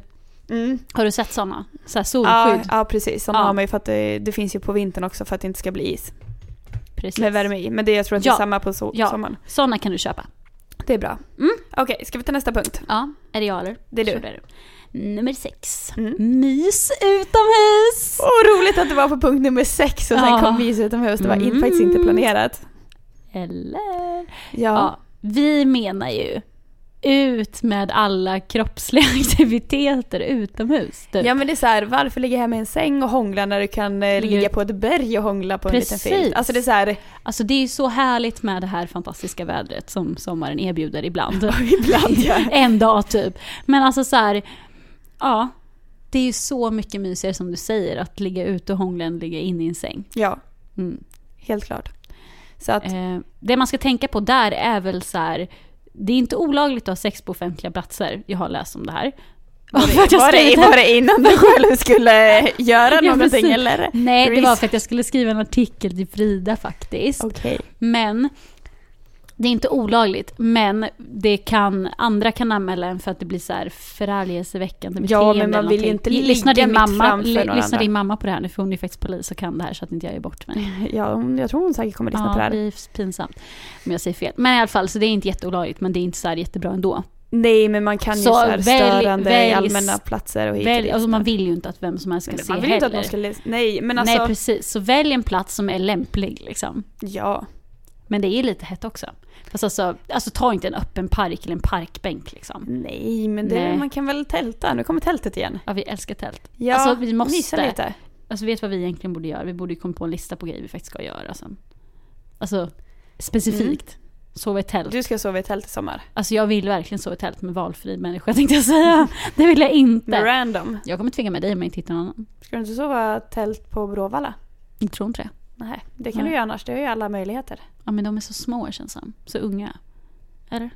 Speaker 1: Mm.
Speaker 2: Har du sett sådana? Så här
Speaker 1: Ja,
Speaker 2: solskydd.
Speaker 1: ja precis, sådana
Speaker 2: Ja.
Speaker 1: har man ju för att det, det finns ju på vintern också för att det inte ska bli is.
Speaker 2: Precis.
Speaker 1: Med värme i. Men det, jag tror att det är
Speaker 2: Ja.
Speaker 1: samma på so-
Speaker 2: Ja.
Speaker 1: sommaren.
Speaker 2: Sådana kan du köpa.
Speaker 1: Det är bra.
Speaker 2: Mm.
Speaker 1: Okej, ska vi ta nästa punkt?
Speaker 2: Ja, är det jag eller?
Speaker 1: Det är du.
Speaker 2: Så det är du. Nummer sex.
Speaker 1: Mm.
Speaker 2: Mys utomhus!
Speaker 1: Åh, roligt att det var på punkt nummer sex och sen
Speaker 2: Ja.
Speaker 1: kom mys utomhus. Det var in,
Speaker 2: Mm.
Speaker 1: faktiskt inte planerat. Ja.
Speaker 2: Eller? Ja, vi menar ju ut med alla kroppsliga aktiviteter utomhus. Typ.
Speaker 1: ja, men det är så här, varför ligga hemma i en säng och hångla när du kan eh, ligga
Speaker 2: Mm.
Speaker 1: på ett berg och hångla på en liten
Speaker 2: Precis.
Speaker 1: filt? Alltså det är så här,
Speaker 2: Alltså det är ju så härligt med det här fantastiska vädret som sommaren erbjuder ibland.
Speaker 1: ibland ja.
Speaker 2: en dag typ. Men alltså så här, ja. Det är ju så mycket mysigare som du säger att ligga ute och hångla än att ligga inne i en säng.
Speaker 1: ja,
Speaker 2: Mm.
Speaker 1: helt klart. Så att,
Speaker 2: Eh, det man ska tänka på där är väl så här, det är inte olagligt att ha sex på offentliga platser. Jag har läst om det här. För att jag
Speaker 1: var, det,
Speaker 2: skrivit-
Speaker 1: var det innan du själv skulle göra
Speaker 2: Ja,
Speaker 1: någonting
Speaker 2: precis.
Speaker 1: eller?
Speaker 2: Nej, det var
Speaker 1: Research.
Speaker 2: för att jag skulle skriva en artikel till Frida faktiskt.
Speaker 1: Okej.
Speaker 2: Men Det är inte olagligt, men det kan, andra kan anmäla en för att det blir så här förargelseväckande
Speaker 1: Ja, men man
Speaker 2: eller
Speaker 1: vill ju
Speaker 2: någonting.
Speaker 1: inte
Speaker 2: Li- lyssnar
Speaker 1: ligga
Speaker 2: din
Speaker 1: mitt
Speaker 2: mamma,
Speaker 1: framför
Speaker 2: li-
Speaker 1: någon
Speaker 2: Lyssnar
Speaker 1: annan.
Speaker 2: din mamma på det här nu? För hon är ju faktiskt polis och kan det här så att inte jag gör bort mig.
Speaker 1: Ja, hon- jag tror hon säkert kommer lyssna
Speaker 2: Ja,
Speaker 1: på det här.
Speaker 2: det är pinsamt om jag säger fel. Men i alla fall, så det är inte jätteolagligt, men det är inte så här jättebra ändå.
Speaker 1: Nej, men man kan ju
Speaker 2: Så
Speaker 1: så här
Speaker 2: välj-
Speaker 1: störande
Speaker 2: välj-
Speaker 1: i allmänna platser och hit och
Speaker 2: Välj,
Speaker 1: dit.
Speaker 2: alltså man vill ju inte att vem som helst ska
Speaker 1: Men
Speaker 2: se
Speaker 1: man vill ju inte
Speaker 2: heller.
Speaker 1: att någon ska läsa. Nej, men alltså.
Speaker 2: Nej, precis. Så välj en plats som är lämplig liksom.
Speaker 1: ja.
Speaker 2: Men det är ju lite hett också. Fast alltså, alltså ta inte en öppen park eller en parkbänk liksom.
Speaker 1: Nej, men det,
Speaker 2: Nej.
Speaker 1: man kan väl tälta. Nu kommer tältet igen.
Speaker 2: Ja, vi älskar tält.
Speaker 1: Ja,
Speaker 2: Alltså, vi måste.
Speaker 1: mysa lite.
Speaker 2: Alltså vet vad vi egentligen borde göra? Vi borde ju komma på en lista på grejer vi faktiskt ska göra sen. Alltså specifikt. Sova i tält.
Speaker 1: Mm. Du ska sova i tält i sommar.
Speaker 2: Alltså jag vill verkligen sova i tält med valfri människa tänkte jag säga. Det vill jag inte.
Speaker 1: Med random.
Speaker 2: Jag kommer tvinga med dig om jag inte hittar någon annan.
Speaker 1: Ska du inte sova tält på Bråvalla?
Speaker 2: Jag tror inte det.
Speaker 1: Nej, det kan
Speaker 2: Nej.
Speaker 1: du göra annars. Det har ju alla möjligheter.
Speaker 2: Ja men de är så små känns det som. Så unga. Eller?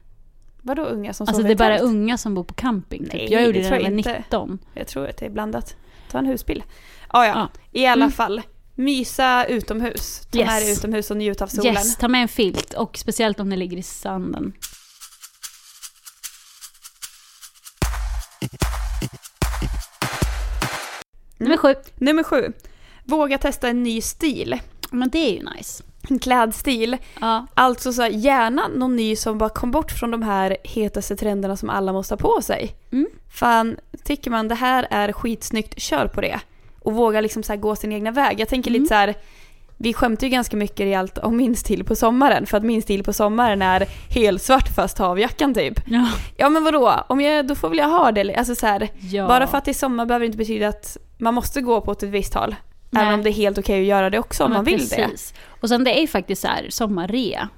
Speaker 1: Vadå unga som
Speaker 2: Alltså
Speaker 1: sover
Speaker 2: det är
Speaker 1: i tält?
Speaker 2: bara unga som bor på camping typ.
Speaker 1: Nej,
Speaker 2: jag gjorde
Speaker 1: det
Speaker 2: det
Speaker 1: tror
Speaker 2: när jag
Speaker 1: jag
Speaker 2: var
Speaker 1: inte.
Speaker 2: 19.
Speaker 1: Jag tror att det är blandat. Ta en husbil. Ah, ja,
Speaker 2: Ja.
Speaker 1: i alla
Speaker 2: Mm.
Speaker 1: fall. Mysa utomhus. Ta med
Speaker 2: Yes.
Speaker 1: dig utomhus och njut av solen. Mm.
Speaker 2: Yes, ta med en filt och speciellt om ni ligger i sanden. Nummer sju.
Speaker 1: Mm. Nummer sju. Våga testa en ny stil.
Speaker 2: Men det är ju nice.
Speaker 1: En klädstil.
Speaker 2: Ja,
Speaker 1: Alltså så här, gärna någon ny som bara kom bort från de här hetaste trenderna som alla måste ha på sig.
Speaker 2: Mm.
Speaker 1: Fan, tycker man det här är skitsnyggt, kör på det. Och våga liksom så här gå sin egna väg. Jag tänker
Speaker 2: Mm.
Speaker 1: lite så här, vi skämtar ju ganska mycket i allt om min stil på sommaren. För att min stil på sommaren är helsvart fast havjackan typ.
Speaker 2: ja.
Speaker 1: Ja men vadå, om jag, då får väl jag ha det. Alltså så här,
Speaker 2: ja.
Speaker 1: Bara för att det är sommar behöver det inte betyda att man måste gå på ett visst håll.
Speaker 2: Nej.
Speaker 1: Även om det är helt okej att göra det också om
Speaker 2: Ja,
Speaker 1: man vill det.
Speaker 2: precis. Och sen det är ju faktiskt så här sommarrea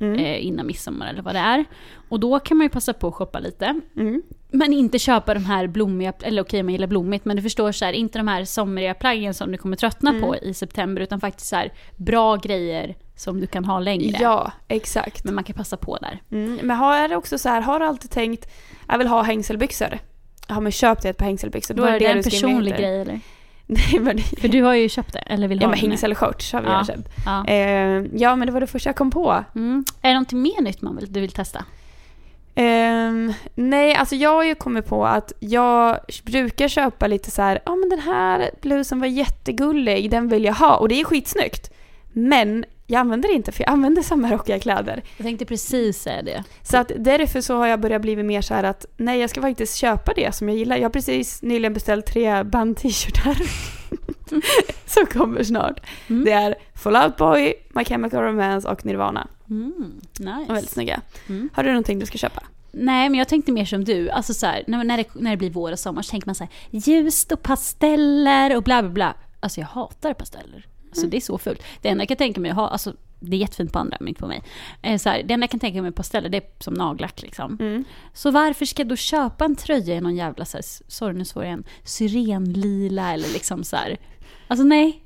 Speaker 1: Mm.
Speaker 2: eh, innan midsommar eller vad det är. Och då kan man ju passa på att shoppa lite.
Speaker 1: Mm.
Speaker 2: Men inte köpa de här blommiga, eller okej man gillar blommigt, men du förstår så här, inte de här somriga plaggen som du kommer tröttna på
Speaker 1: Mm.
Speaker 2: i september, utan faktiskt så här bra grejer som du kan ha längre.
Speaker 1: Ja, exakt.
Speaker 2: Men man kan passa på där.
Speaker 1: Mm. Men har, är det också så här, har du alltid tänkt jag vill ha hängselbyxor? Ja men köp dig ett par hängselbyxor. Då
Speaker 2: Var
Speaker 1: är
Speaker 2: det,
Speaker 1: det, du
Speaker 2: en
Speaker 1: ska in i
Speaker 2: personlig
Speaker 1: vinter.
Speaker 2: grej eller?
Speaker 1: Nej men,
Speaker 2: För du har ju köpt det, eller vill
Speaker 1: ja,
Speaker 2: ha
Speaker 1: men
Speaker 2: det med.
Speaker 1: hängselshorts har vi
Speaker 2: Ja.
Speaker 1: redan köpt.
Speaker 2: ja.
Speaker 1: Eh, ja men det var det första jag kom på.
Speaker 2: mm. Är det någonting mer nytt man vill, du vill testa?
Speaker 1: Ehm, nej, alltså jag har ju kommit på att jag brukar köpa lite så här, ja men den här blusen var jättegullig, den vill jag ha och det är skitsnyggt. Men jag använder det inte för jag använder samma rockiga kläder.
Speaker 2: Jag tänkte precis säga det.
Speaker 1: Så att därför så har jag börjat bli mer så här att nej jag ska faktiskt köpa det som jag gillar. Jag har precis nyligen beställt tre band-t-shirtar. som kommer snart.
Speaker 2: Mm.
Speaker 1: Det är Fall Out Boy, My Chemical Romance och Nirvana.
Speaker 2: Mm.
Speaker 1: De är väldigt
Speaker 2: Nice.
Speaker 1: snygga.
Speaker 2: Mm.
Speaker 1: Har du någonting du ska köpa?
Speaker 2: Nej, men jag tänkte mer som du. Alltså så här, när, när, det, när det blir vår och sommar så tänker man så här, ljust och pasteller och bla bla bla. Alltså jag hatar pasteller.
Speaker 1: Mm.
Speaker 2: Alltså det är så fult. Det enda jag kan tänka mig att ha, alltså det är jättefint på andra men inte på mig. Eh, Så här, det enda jag kan tänka mig med pasteller det är som nagellack liksom.
Speaker 1: Mm.
Speaker 2: Så varför ska jag då köpa en tröja i någon jävla, så här, sorry nu svor jag igen, syrenlila eller liksom så här. Alltså nej.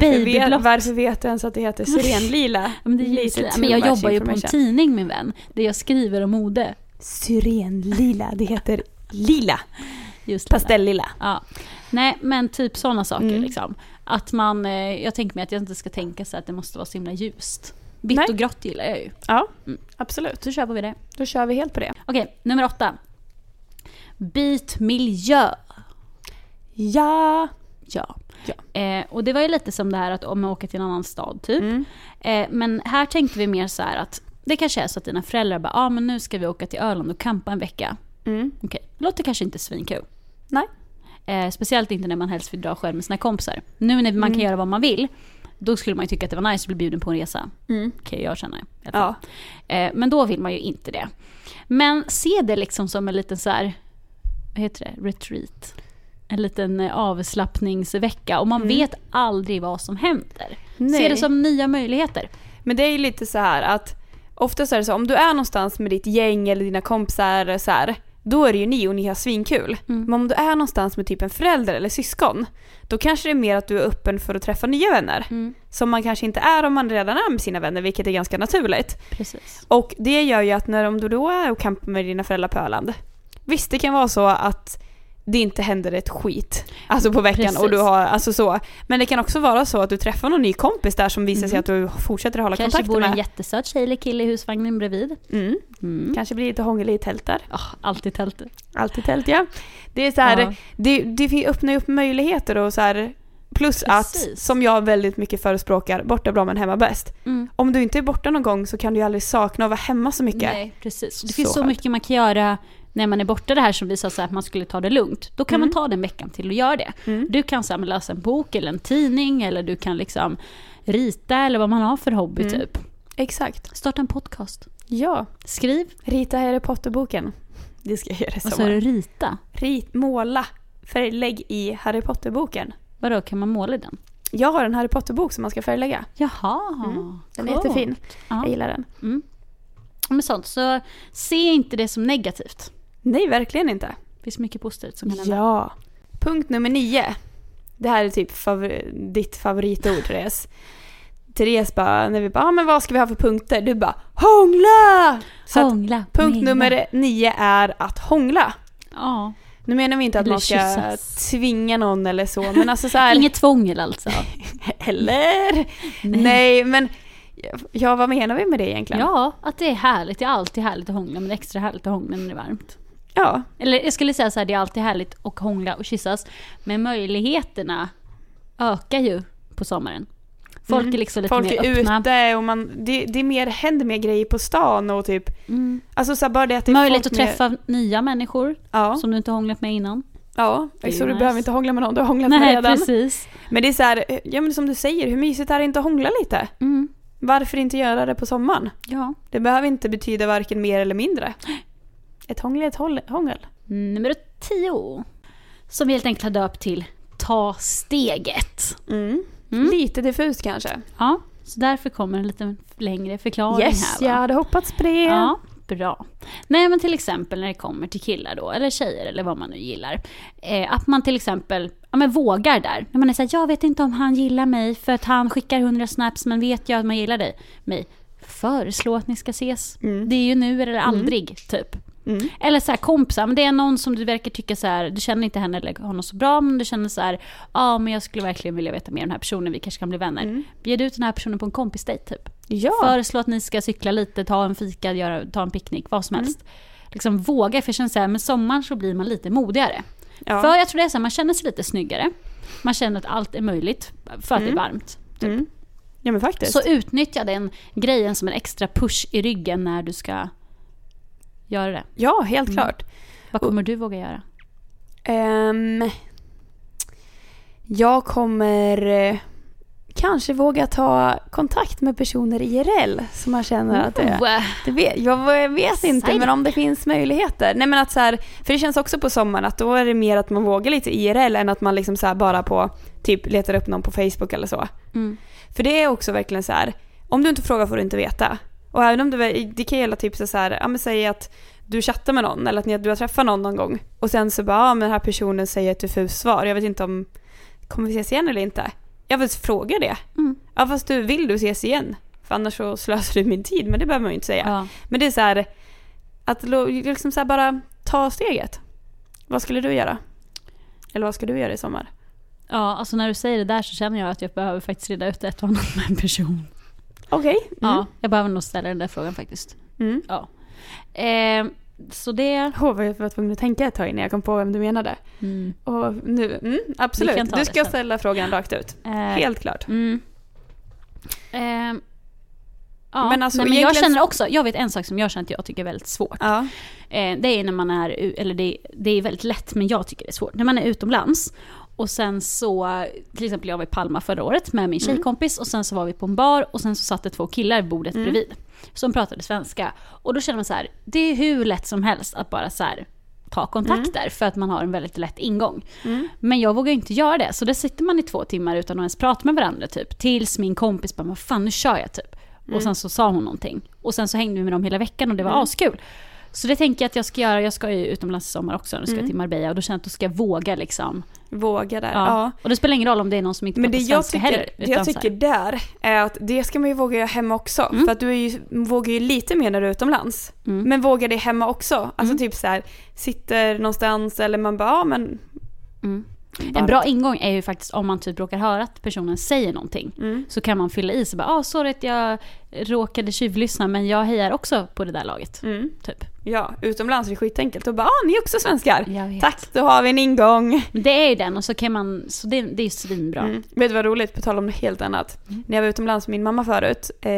Speaker 1: vet,
Speaker 2: babyblått.
Speaker 1: varför vet du ens att det heter syrenlila?
Speaker 2: Ja, Men, det är
Speaker 1: Lite
Speaker 2: lite
Speaker 1: too
Speaker 2: men jag
Speaker 1: much
Speaker 2: jobbar ju på en
Speaker 1: information.
Speaker 2: tidning min vän, där jag skriver om mode.
Speaker 1: Syrenlila, det heter lila.
Speaker 2: Just lila.
Speaker 1: Pastellila.
Speaker 2: Ja. Nej, men typ sådana saker.
Speaker 1: Mm.
Speaker 2: Liksom. Att man, eh, jag tänker mig att jag inte ska tänka så att det måste vara så himla ljust. Vitt
Speaker 1: Nej.
Speaker 2: och grått gillar jag ju.
Speaker 1: Ja,
Speaker 2: Mm.
Speaker 1: absolut.
Speaker 2: Så köper vi det.
Speaker 1: Då kör vi helt på det.
Speaker 2: Okej, nummer åtta. Byt miljö.
Speaker 1: Ja.
Speaker 2: Ja.
Speaker 1: Ja.
Speaker 2: Eh, och det var ju lite som det här att om man åker till en annan stad typ.
Speaker 1: Mm.
Speaker 2: Eh, men här tänkte vi mer så här att det kanske är så att dina föräldrar bara, ah, men nu ska vi åka till Öland och campa en vecka.
Speaker 1: Mm.
Speaker 2: Okej, låter kanske inte svinkul.
Speaker 1: Nej.
Speaker 2: Eh, speciellt inte när man helst vill dra själv med sina kompisar. Nu när man kan
Speaker 1: Mm.
Speaker 2: göra vad man vill, då skulle man ju tycka att det var nice att bli bjuden på en resa.
Speaker 1: Mm.
Speaker 2: Kan jag känna. i alla fall.
Speaker 1: Ja.
Speaker 2: Eh, men då vill man ju inte det. Men se det liksom som en liten så här, vad heter det, retreat. En liten eh, avslappningsvecka och man vet aldrig vad som händer. Se
Speaker 1: Mm. Nej.
Speaker 2: det som nya möjligheter.
Speaker 1: Men det är ju lite så här att oftast är det så om du är någonstans med ditt gäng eller dina kompisar så här, då är det ju ni och ni har svinkul.
Speaker 2: Mm.
Speaker 1: Men om du är någonstans med typ en förälder eller syskon, då kanske det är mer att du är öppen för att träffa nya vänner.
Speaker 2: Mm.
Speaker 1: Som man kanske inte är om man redan är med sina vänner, vilket är ganska naturligt.
Speaker 2: Precis.
Speaker 1: Och det gör ju att när om du då är och campar med dina föräldrar på Öland. Visst det kan vara så att det inte händer ett skit alltså på veckan
Speaker 2: Precis.
Speaker 1: och du har, alltså så. Men det kan också vara så att du träffar någon ny kompis där som visar sig att du fortsätter hålla
Speaker 2: Mm. Kanske
Speaker 1: kontakten
Speaker 2: bor en
Speaker 1: med.
Speaker 2: jättesöt tjej eller kille i husvagnen bredvid.
Speaker 1: Mm.
Speaker 2: Mm.
Speaker 1: Kanske blir lite hångel i tält där.
Speaker 2: Oh, alltid tältet.
Speaker 1: Alltid tält ja. Det är så här,
Speaker 2: Ja.
Speaker 1: det, det fin- öppnar ju upp möjligheter och så här, plus att,
Speaker 2: Precis.
Speaker 1: som jag väldigt mycket förespråkar, borta bra men hemma bäst.
Speaker 2: Mm.
Speaker 1: Om du inte är borta någon gång så kan du ju aldrig sakna att vara hemma så mycket.
Speaker 2: Nej, precis. Det
Speaker 1: Så
Speaker 2: finns så
Speaker 1: skönt.
Speaker 2: mycket man kan göra när man är borta det här som visar sig att man skulle ta det lugnt. Då kan
Speaker 1: Mm.
Speaker 2: man ta den veckan till och göra det.
Speaker 1: Mm.
Speaker 2: Du kan så här, men läsa en bok eller en tidning eller du kan liksom rita eller vad man har för hobby
Speaker 1: Mm.
Speaker 2: typ.
Speaker 1: Exakt.
Speaker 2: Starta en podcast.
Speaker 1: Ja.
Speaker 2: Skriv
Speaker 1: Rita Harry Potter-boken. Det ska jag göra i
Speaker 2: och så är
Speaker 1: sommar.
Speaker 2: det rita.
Speaker 1: Rit, måla, färglägg i Harry Potter-boken.
Speaker 2: Vadå, kan man måla i den?
Speaker 1: Jag har en Harry Potter-bok som man ska färglägga.
Speaker 2: Jaha.
Speaker 1: Mm. Den är
Speaker 2: coolt.
Speaker 1: jättefin. Jag
Speaker 2: Ja.
Speaker 1: gillar den.
Speaker 2: Mm. Men sånt, så se inte det som negativt.
Speaker 1: Nej, verkligen inte.
Speaker 2: Det finns mycket positivt som kan hända.
Speaker 1: Ja. Punkt nummer nio. Det här är typ favor- ditt favoritord, Therese. Therese bara, när vi bara, ah, men vad ska vi ha för punkter? Du bara, hångla! Så att
Speaker 2: Hångla.
Speaker 1: punkt
Speaker 2: mingla.
Speaker 1: nummer nio är att hångla.
Speaker 2: Ja.
Speaker 1: Nu menar vi inte att
Speaker 2: Eller
Speaker 1: man ska
Speaker 2: kyssas.
Speaker 1: tvinga någon eller så, men alltså så här,
Speaker 2: Inget tvångel alltså.
Speaker 1: Eller? Nej. men ja, vad menar vi med det egentligen?
Speaker 2: Ja, att det är härligt. Det är alltid härligt att hångla, men det är extra härligt att hångla när det är varmt.
Speaker 1: Ja,
Speaker 2: Eller jag skulle säga så här, det är alltid härligt att hångla och kyssas. Men möjligheterna ökar ju på sommaren. Folk
Speaker 1: Mm.
Speaker 2: är liksom lite
Speaker 1: folk
Speaker 2: mer
Speaker 1: är
Speaker 2: öppna.
Speaker 1: ute och man, det, det är mer, händer mer grejer på stan och typ,
Speaker 2: Mm.
Speaker 1: alltså så här, bara det att det är
Speaker 2: Möjlighet
Speaker 1: folk
Speaker 2: att
Speaker 1: med-
Speaker 2: träffa nya människor
Speaker 1: Ja,
Speaker 2: som du inte har hånglat med innan.
Speaker 1: ja
Speaker 2: Det är ju
Speaker 1: så du
Speaker 2: nice.
Speaker 1: behöver inte hångla med någon, du har hånglat med
Speaker 2: Nej,
Speaker 1: redan.
Speaker 2: precis.
Speaker 1: Men det är så här, ja men som du säger, hur mysigt är det inte att hångla lite?
Speaker 2: Mm.
Speaker 1: Varför inte göra det på sommaren?
Speaker 2: Ja.
Speaker 1: Det behöver inte betyda varken mer eller mindre. Ett hångel är ett håll- hångel.
Speaker 2: Nummer 10. Som vi helt enkelt har döpt till Ta steget.
Speaker 1: Mm.
Speaker 2: Mm.
Speaker 1: Lite diffust kanske.
Speaker 2: Ja, så därför kommer en lite längre förklaring
Speaker 1: Yes,
Speaker 2: här.
Speaker 1: jag
Speaker 2: va?
Speaker 1: hade hoppats på det.
Speaker 2: Ja, bra. Nej men till exempel när det kommer till killar då, eller tjejer eller vad man nu gillar. Eh, att man till exempel ja, men vågar där. När man är såhär, jag vet inte om han gillar mig för att han skickar 100 snaps men vet jag att man gillar dig, mig. Föreslå att ni ska ses.
Speaker 1: Mm.
Speaker 2: Det är ju nu eller aldrig, typ.
Speaker 1: Mm.
Speaker 2: Eller så här kompisar, men det är någon som du verkar tycka så här, du känner inte henne eller honom så bra, men du känner så här, ja men jag skulle verkligen vilja veta mer om den här personen, vi kanske kan bli vänner.
Speaker 1: Mm.
Speaker 2: Bjud ut den här personen på en kompisdejt typ.
Speaker 1: Ja.
Speaker 2: Föreslå att ni ska cykla lite, ta en fika, göra, ta en picknick, vad
Speaker 1: Mm.
Speaker 2: som helst. Liksom våga, för jag känner så här, med sommaren så blir man lite modigare.
Speaker 1: Ja.
Speaker 2: För jag tror det är så här, man känner sig lite snyggare. Man känner att allt är möjligt för att det är varmt. Typ.
Speaker 1: Mm. Ja men faktiskt.
Speaker 2: Så utnyttja den grejen som en extra push i ryggen när du ska göra det.
Speaker 1: ja, helt klart.
Speaker 2: Vad kommer du våga göra?
Speaker 1: Ehm, jag kommer eh, kanske våga ta kontakt med personer IRL som man känner att det,
Speaker 2: Oh, eh,
Speaker 1: det vet, Jag vet inte
Speaker 2: Exciting.
Speaker 1: men om det finns möjligheter. Nej men att så här, för det känns också på sommaren att då är det mer att man vågar lite IRL än att man liksom så här bara på typ letar upp någon på Facebook eller så.
Speaker 2: Mm.
Speaker 1: För det är också verkligen så här, om du inte frågar får du inte veta. Och även om du, det kan gälla typ så här, ja men säg att du chattar med någon eller att ni- du har träffat någon någon gång och sen så bara, ja men den här personen säger ett diffust svar, jag vet inte om, kommer vi ses igen eller inte? Jag vill fråga det.
Speaker 2: Mm.
Speaker 1: Ja fast du, vill du ses igen? För annars så slösar du min tid, men det behöver man ju inte säga.
Speaker 2: Ja.
Speaker 1: Men det är så här, att lo- liksom så här bara ta steget. Vad skulle du göra? Eller vad ska du göra i sommar?
Speaker 2: ja, alltså när du säger det där så känner jag att jag behöver faktiskt reda ut ett och annat med en person.
Speaker 1: Mm. Okej.
Speaker 2: Ja, jag behöver nog ställa den där frågan faktiskt.
Speaker 1: Mm. Mm.
Speaker 2: Ja. Eh, så det...
Speaker 1: Åh, vad jag var tvungen att tänka ett tag innan jag kom på vem du menade. Och nu, mm,
Speaker 2: Vi kan
Speaker 1: absolut.
Speaker 2: ta
Speaker 1: Du
Speaker 2: det
Speaker 1: ska
Speaker 2: sen.
Speaker 1: ställa frågan rakt ut.
Speaker 2: Eh,
Speaker 1: Helt klart.
Speaker 2: Mm. Eh, ja.
Speaker 1: Men
Speaker 2: Men,
Speaker 1: alltså,
Speaker 2: Nej, men jag
Speaker 1: egentligen-
Speaker 2: känner också, jag vet en sak som jag känner att jag tycker är väldigt svårt.
Speaker 1: Ja.
Speaker 2: Eh, det är när man är, u- eller det, det är väldigt lätt men jag tycker det är svårt, när man är utomlands och sen så, till exempel jag var i Palma förra året med min
Speaker 1: Mm.
Speaker 2: tjejkompis och sen så var vi på en bar och sen så satt det två killar vid bordet
Speaker 1: Mm.
Speaker 2: bredvid som pratade svenska. Och då känner man så här, det är hur lätt som helst att bara så här ta
Speaker 1: Mm.
Speaker 2: kontakter för att man har en väldigt lätt ingång. Men jag vågar ju inte göra det, så där sitter man i två timmar utan att ens prata med varandra typ. Tills min kompis bara, vad fan nu kör jag typ.
Speaker 1: Mm.
Speaker 2: Och sen så sa hon någonting. Och sen så hängde vi med dem hela veckan och det var askul.
Speaker 1: Mm.
Speaker 2: Så det tänker jag att jag ska göra, jag ska ju utomlands i sommar också, nu ska jag till Marbella och då känner jag att då ska jag våga liksom
Speaker 1: våga där.
Speaker 2: Ja.
Speaker 1: Ja.
Speaker 2: Och det spelar ingen roll om det är någon som inte
Speaker 1: Men det
Speaker 2: pratar
Speaker 1: jag
Speaker 2: svenska
Speaker 1: tycker,
Speaker 2: heller.
Speaker 1: det jag
Speaker 2: utan så
Speaker 1: tycker där är att det ska man ju våga göra hemma också.
Speaker 2: Mm.
Speaker 1: För att du är ju, vågar ju lite mer när du är utomlands.
Speaker 2: här, mm.
Speaker 1: Men våga det hemma också. Alltså
Speaker 2: Mm.
Speaker 1: typ så här, sitter någonstans eller man bara, ja men.
Speaker 2: Mm.
Speaker 1: bara-
Speaker 2: En bra ingång är ju faktiskt om man typ råkar höra att personen säger någonting.
Speaker 1: Mm.
Speaker 2: Så kan man fylla i sig bara, ah sorry att jag råkade tjuvlyssna men jag hejar också på det där laget.
Speaker 1: Mm.
Speaker 2: Typ.
Speaker 1: Ja, utomlands är det skitenkelt. Och bara, ah, ni är också svenskar.
Speaker 2: Jag vet.
Speaker 1: Tack, då har vi en ingång.
Speaker 2: Men det är ju den och så kan man, så det, det är ju svinbra.
Speaker 1: Mm. Vet du vad roligt, på tal om något helt annat.
Speaker 2: Mm.
Speaker 1: När jag var utomlands med min mamma förut, eh,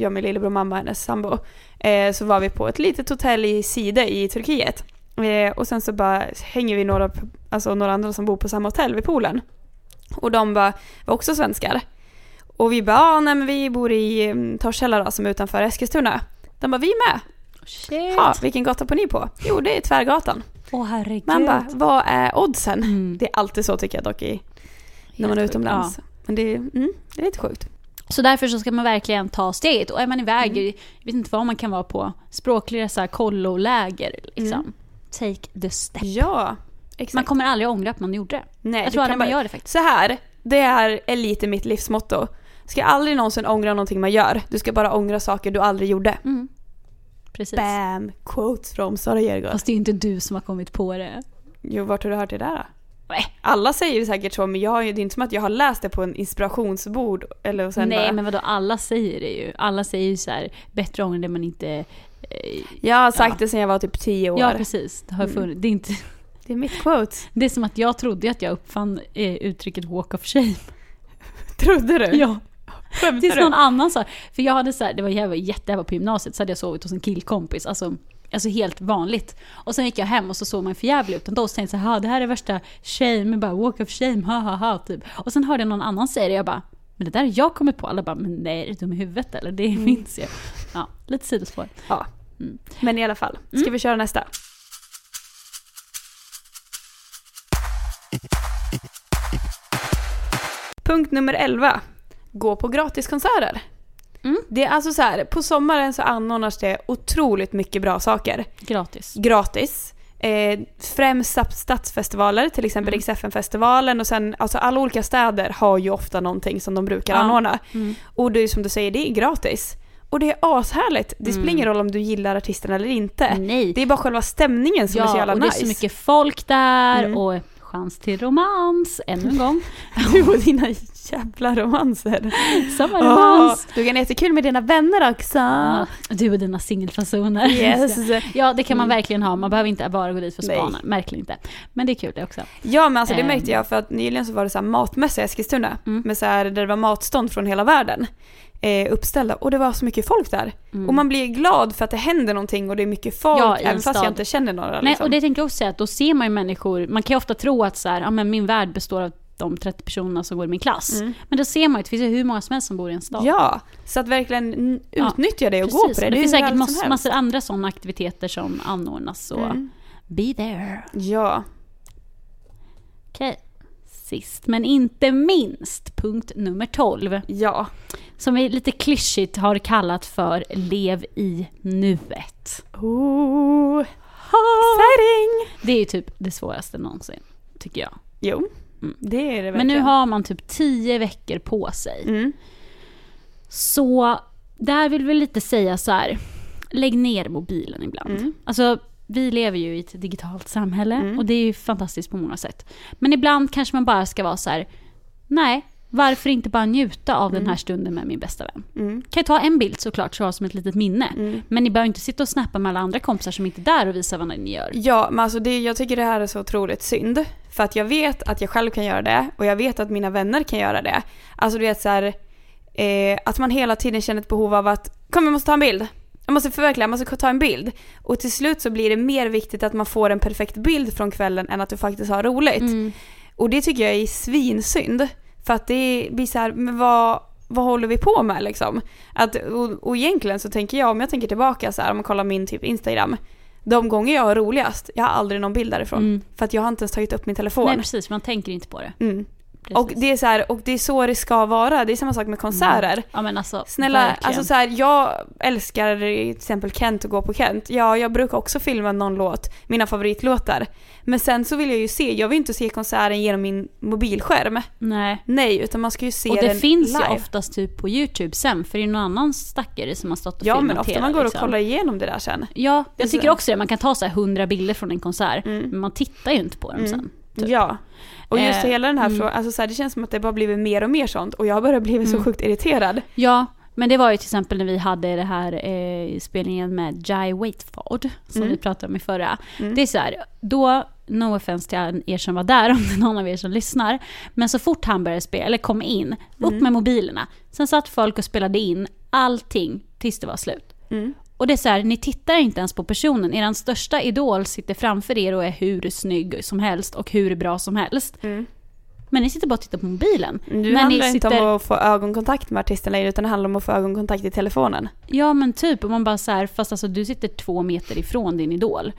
Speaker 1: jag min lillebror, mamma och hennes sambo, eh, så var vi på ett litet hotell i Side i Turkiet. Eh, och sen så bara hänger vi några, alltså några andra som bor på samma hotell vid poolen. Och de bara, var också svenskar. Och vi bara, ah, nej men vi bor i mm, Torshälla då, som är utanför Eskilstuna. De bara, vi med.
Speaker 2: Oh, Shit.
Speaker 1: Ha, vilken gata bor ni på? Jo, det är Tvärgatan.
Speaker 2: Åh herregud.
Speaker 1: Man bara, vad är oddsen?
Speaker 2: Mm.
Speaker 1: Det är alltid så tycker jag dock i när
Speaker 2: Helt
Speaker 1: man är
Speaker 2: sjukt.
Speaker 1: utomlands. Men det är, mm, det är lite sjukt.
Speaker 2: Så därför så ska man verkligen ta steget. Och är man iväg,
Speaker 1: Mm.
Speaker 2: jag vet inte vad man kan vara på, språklig resa, kolloläger liksom.
Speaker 1: Mm.
Speaker 2: Take the step.
Speaker 1: Ja, exakt.
Speaker 2: Man kommer aldrig ångra att man gjorde det.
Speaker 1: Nej,
Speaker 2: jag
Speaker 1: du
Speaker 2: tror
Speaker 1: kan
Speaker 2: aldrig man
Speaker 1: bara-
Speaker 2: gör det faktiskt.
Speaker 1: Så här, det här är lite mitt livsmotto. Ska aldrig någonsin ångra någonting man gör. Du ska bara ångra saker du aldrig gjorde.
Speaker 2: Mm. Precis.
Speaker 1: Bam! Quotes från Sara Jergård.
Speaker 2: Fast det är inte du som har kommit på det.
Speaker 1: Jo, vart har du hört det där då?
Speaker 2: Nej.
Speaker 1: Alla säger ju säkert så, men jag, har ju- det är inte som att jag har läst det på en inspirationsbord eller och sen
Speaker 2: Nej
Speaker 1: bara,
Speaker 2: men vadå, alla säger det ju. Alla säger ju så här, bättre ånger det man inte... eh,
Speaker 1: Jag har sagt
Speaker 2: Ja.
Speaker 1: det sedan jag var typ tio år.
Speaker 2: Ja precis, det har
Speaker 1: Mm.
Speaker 2: funnits. Det, är inte,
Speaker 1: det är mitt quote.
Speaker 2: det är som att jag trodde att jag uppfann eh, uttrycket walk of shame.
Speaker 1: Trodde du?
Speaker 2: Ja.
Speaker 1: Skämtar
Speaker 2: Tills
Speaker 1: du?
Speaker 2: någon annan sa För jag hade så här, det var jag var jätte, jag var på gymnasiet, så hade jag sovit hos en killkompis. Alltså, alltså helt vanligt. Och sen gick jag hem och så såg man för jävligt ut ändå. Och så tänkte jag så här, "Ha, det här är värsta shame, bara walk of shame, ha ha ha. Typ. Och sen hörde jag någon annan säga det jag bara, men det där har jag kommit på. Alla bara, men nej, är du dum i huvudet eller? Det minns jag. Ja, lite sidospår.
Speaker 1: Ja.
Speaker 2: Mm.
Speaker 1: Men i alla fall, ska vi köra nästa? Punkt nummer 11. Gå på gratiskonserter.
Speaker 2: Mm.
Speaker 1: Det är alltså så här, på sommaren så anordnas det otroligt mycket bra saker.
Speaker 2: Gratis.
Speaker 1: Gratis. Eh, främst stats- stadsfestivaler, till
Speaker 2: Mm.
Speaker 1: exempel XFN-festivalen och sen alltså alla olika städer har ju ofta någonting som de brukar
Speaker 2: Ja.
Speaker 1: anordna.
Speaker 2: Mm.
Speaker 1: Och det är som du säger, det är gratis. Och det är ashärligt. Det spelar
Speaker 2: Mm.
Speaker 1: ingen roll om du gillar artisten eller inte.
Speaker 2: Nej.
Speaker 1: Det är bara själva stämningen som är så
Speaker 2: ja,
Speaker 1: jävla
Speaker 2: och det är
Speaker 1: nice.
Speaker 2: Äh, så mycket folk där
Speaker 1: Mm.
Speaker 2: och chans till romans, ännu en gång.
Speaker 1: Du och dina jävla romanser. Ah.
Speaker 2: Sommarromans.
Speaker 1: Åh, du kan ha jättekul med dina vänner också.
Speaker 2: Ja, Ah, du och dina singelfasoner.
Speaker 1: Ah. Yes. Mm.
Speaker 2: Ja, det kan man verkligen ha. Man behöver inte bara gå dit för att
Speaker 1: Nej.
Speaker 2: spana. Verkligen inte. Men det är kul det också.
Speaker 1: Ja men alltså det
Speaker 2: Ehm.
Speaker 1: märkte jag för att nyligen så var det så här matmässa i Eskilstuna.
Speaker 2: Mm.
Speaker 1: Med så här, där det var matstånd från hela världen. Eh, uppställda och det var så mycket folk där.
Speaker 2: Mm.
Speaker 1: Och man blir glad för att det händer någonting och det är mycket folk
Speaker 2: Ja, i en
Speaker 1: även fast jag
Speaker 2: stad.
Speaker 1: inte känner några.
Speaker 2: Nej,
Speaker 1: liksom.
Speaker 2: och det tänker jag också säga att då ser man ju människor. Man kan ju ofta tro att så här, ja, men min värld består av de 30 personerna som går i min klass.
Speaker 1: Mm.
Speaker 2: Men då ser man ju att det finns ju hur många som helst som bor i en stad.
Speaker 1: Ja, så att verkligen n-
Speaker 2: Ja,
Speaker 1: utnyttja det och
Speaker 2: Precis.
Speaker 1: gå på det.
Speaker 2: Och
Speaker 1: är
Speaker 2: finns
Speaker 1: hur
Speaker 2: säkert
Speaker 1: härligt
Speaker 2: massor,
Speaker 1: som helst.
Speaker 2: massor andra sådana aktiviteter som anordnas. Så
Speaker 1: Mm.
Speaker 2: be there.
Speaker 1: Ja.
Speaker 2: Okej. Sist men inte minst, punkt nummer 12.
Speaker 1: Ja.
Speaker 2: Som vi lite klyschigt har kallat för lev i nuet.
Speaker 1: Oh. Exciting!
Speaker 2: Det är ju typ det svåraste någonsin, tycker jag.
Speaker 1: Jo,
Speaker 2: Mm.
Speaker 1: det är det verkligen.
Speaker 2: Men nu har man typ tio veckor på sig.
Speaker 1: Mm.
Speaker 2: Så där vill vi lite säga så här, lägg ner mobilen ibland.
Speaker 1: Mm.
Speaker 2: Alltså, vi lever ju i ett digitalt samhälle
Speaker 1: Mm.
Speaker 2: och det är ju fantastiskt på många sätt. Men ibland kanske man bara ska vara så här, nej, varför inte bara njuta av den här stunden med min bästa vän?
Speaker 1: Mm.
Speaker 2: Kan jag ta en bild såklart, så jag har som ett litet minne.
Speaker 1: Mm.
Speaker 2: Men ni behöver inte sitta och snappa med alla andra kompisar som inte är där och visa vad ni gör.
Speaker 1: Ja, men alltså det, jag tycker det här är så otroligt synd. För att jag vet att jag själv kan göra det och jag vet att mina vänner kan göra det. Alltså du vet så här, eh, att man hela tiden känner ett behov av att kom jag måste ta en bild. Jag måste förverkliga, jag måste ta en bild. Och till slut så blir det mer viktigt att man får en perfekt bild från kvällen än att du faktiskt har roligt.
Speaker 2: Mm.
Speaker 1: Och det tycker jag är svinsynd. För att det blir så här, men vad, vad håller vi på med liksom? Att, och, och egentligen så tänker jag, om jag tänker tillbaka så här, om man kollar min typ Instagram. De gånger jag har roligast, jag har aldrig någon bild därifrån.
Speaker 2: Mm.
Speaker 1: För att jag har inte ens tagit upp min telefon.
Speaker 2: Nej precis, man tänker inte på det.
Speaker 1: Mm.
Speaker 2: precis.
Speaker 1: Och det, är så här, och det är så det ska vara. Det är samma sak med konserter.
Speaker 2: ja, men alltså,
Speaker 1: Snälla,
Speaker 2: verkligen.
Speaker 1: alltså så här, jag älskar till exempel Kent och gå på Kent. Ja, jag brukar också filma någon låt, mina favoritlåtar. Men sen så vill jag ju se, jag vill inte se konserten genom min mobilskärm.
Speaker 2: Nej.
Speaker 1: Nej, utan man ska ju se
Speaker 2: Och det
Speaker 1: den
Speaker 2: finns
Speaker 1: live.
Speaker 2: ju oftast typ på YouTube sen, för det är någon annan stackare som har stått och
Speaker 1: Ja,
Speaker 2: filmat
Speaker 1: men ofta
Speaker 2: hela,
Speaker 1: man går och
Speaker 2: liksom.
Speaker 1: kollar igenom det där sen.
Speaker 2: Ja, jag
Speaker 1: Alltså-
Speaker 2: tycker också det. Man kan ta så här 100 bilder från en konsert,
Speaker 1: Mm.
Speaker 2: men man tittar ju inte på dem sen. Mm, Typ.
Speaker 1: Ja. Och just
Speaker 2: Eh,
Speaker 1: hela den här frågan, alltså så här, det känns som att det bara blivit mer och mer sånt och jag börjar bli
Speaker 2: Mm.
Speaker 1: så sjukt irriterad.
Speaker 2: Ja, men det var ju till exempel när vi hade det här eh, spelningen med Jai Waitford, som
Speaker 1: Mm.
Speaker 2: vi pratade om i förra. Det är så här, då, no offense till er som var där, om det är någon av er som lyssnar, men så fort han började spela, eller kom in, upp
Speaker 1: Mm.
Speaker 2: med mobilerna. Sen satt folk och spelade in allting tills det var slut. Och det är så här, ni tittar inte ens på personen. Er största idol sitter framför er och är hur snygg som helst och hur bra som helst. Men ni sitter bara och tittar på mobilen.
Speaker 1: Nu
Speaker 2: När
Speaker 1: Mm. handlar det inte om att få ögonkontakt med artisten längre utan det handlar om att få ögonkontakt i telefonen.
Speaker 2: Ja men typ, och man bara så här, fast alltså du sitter två meter ifrån din idol.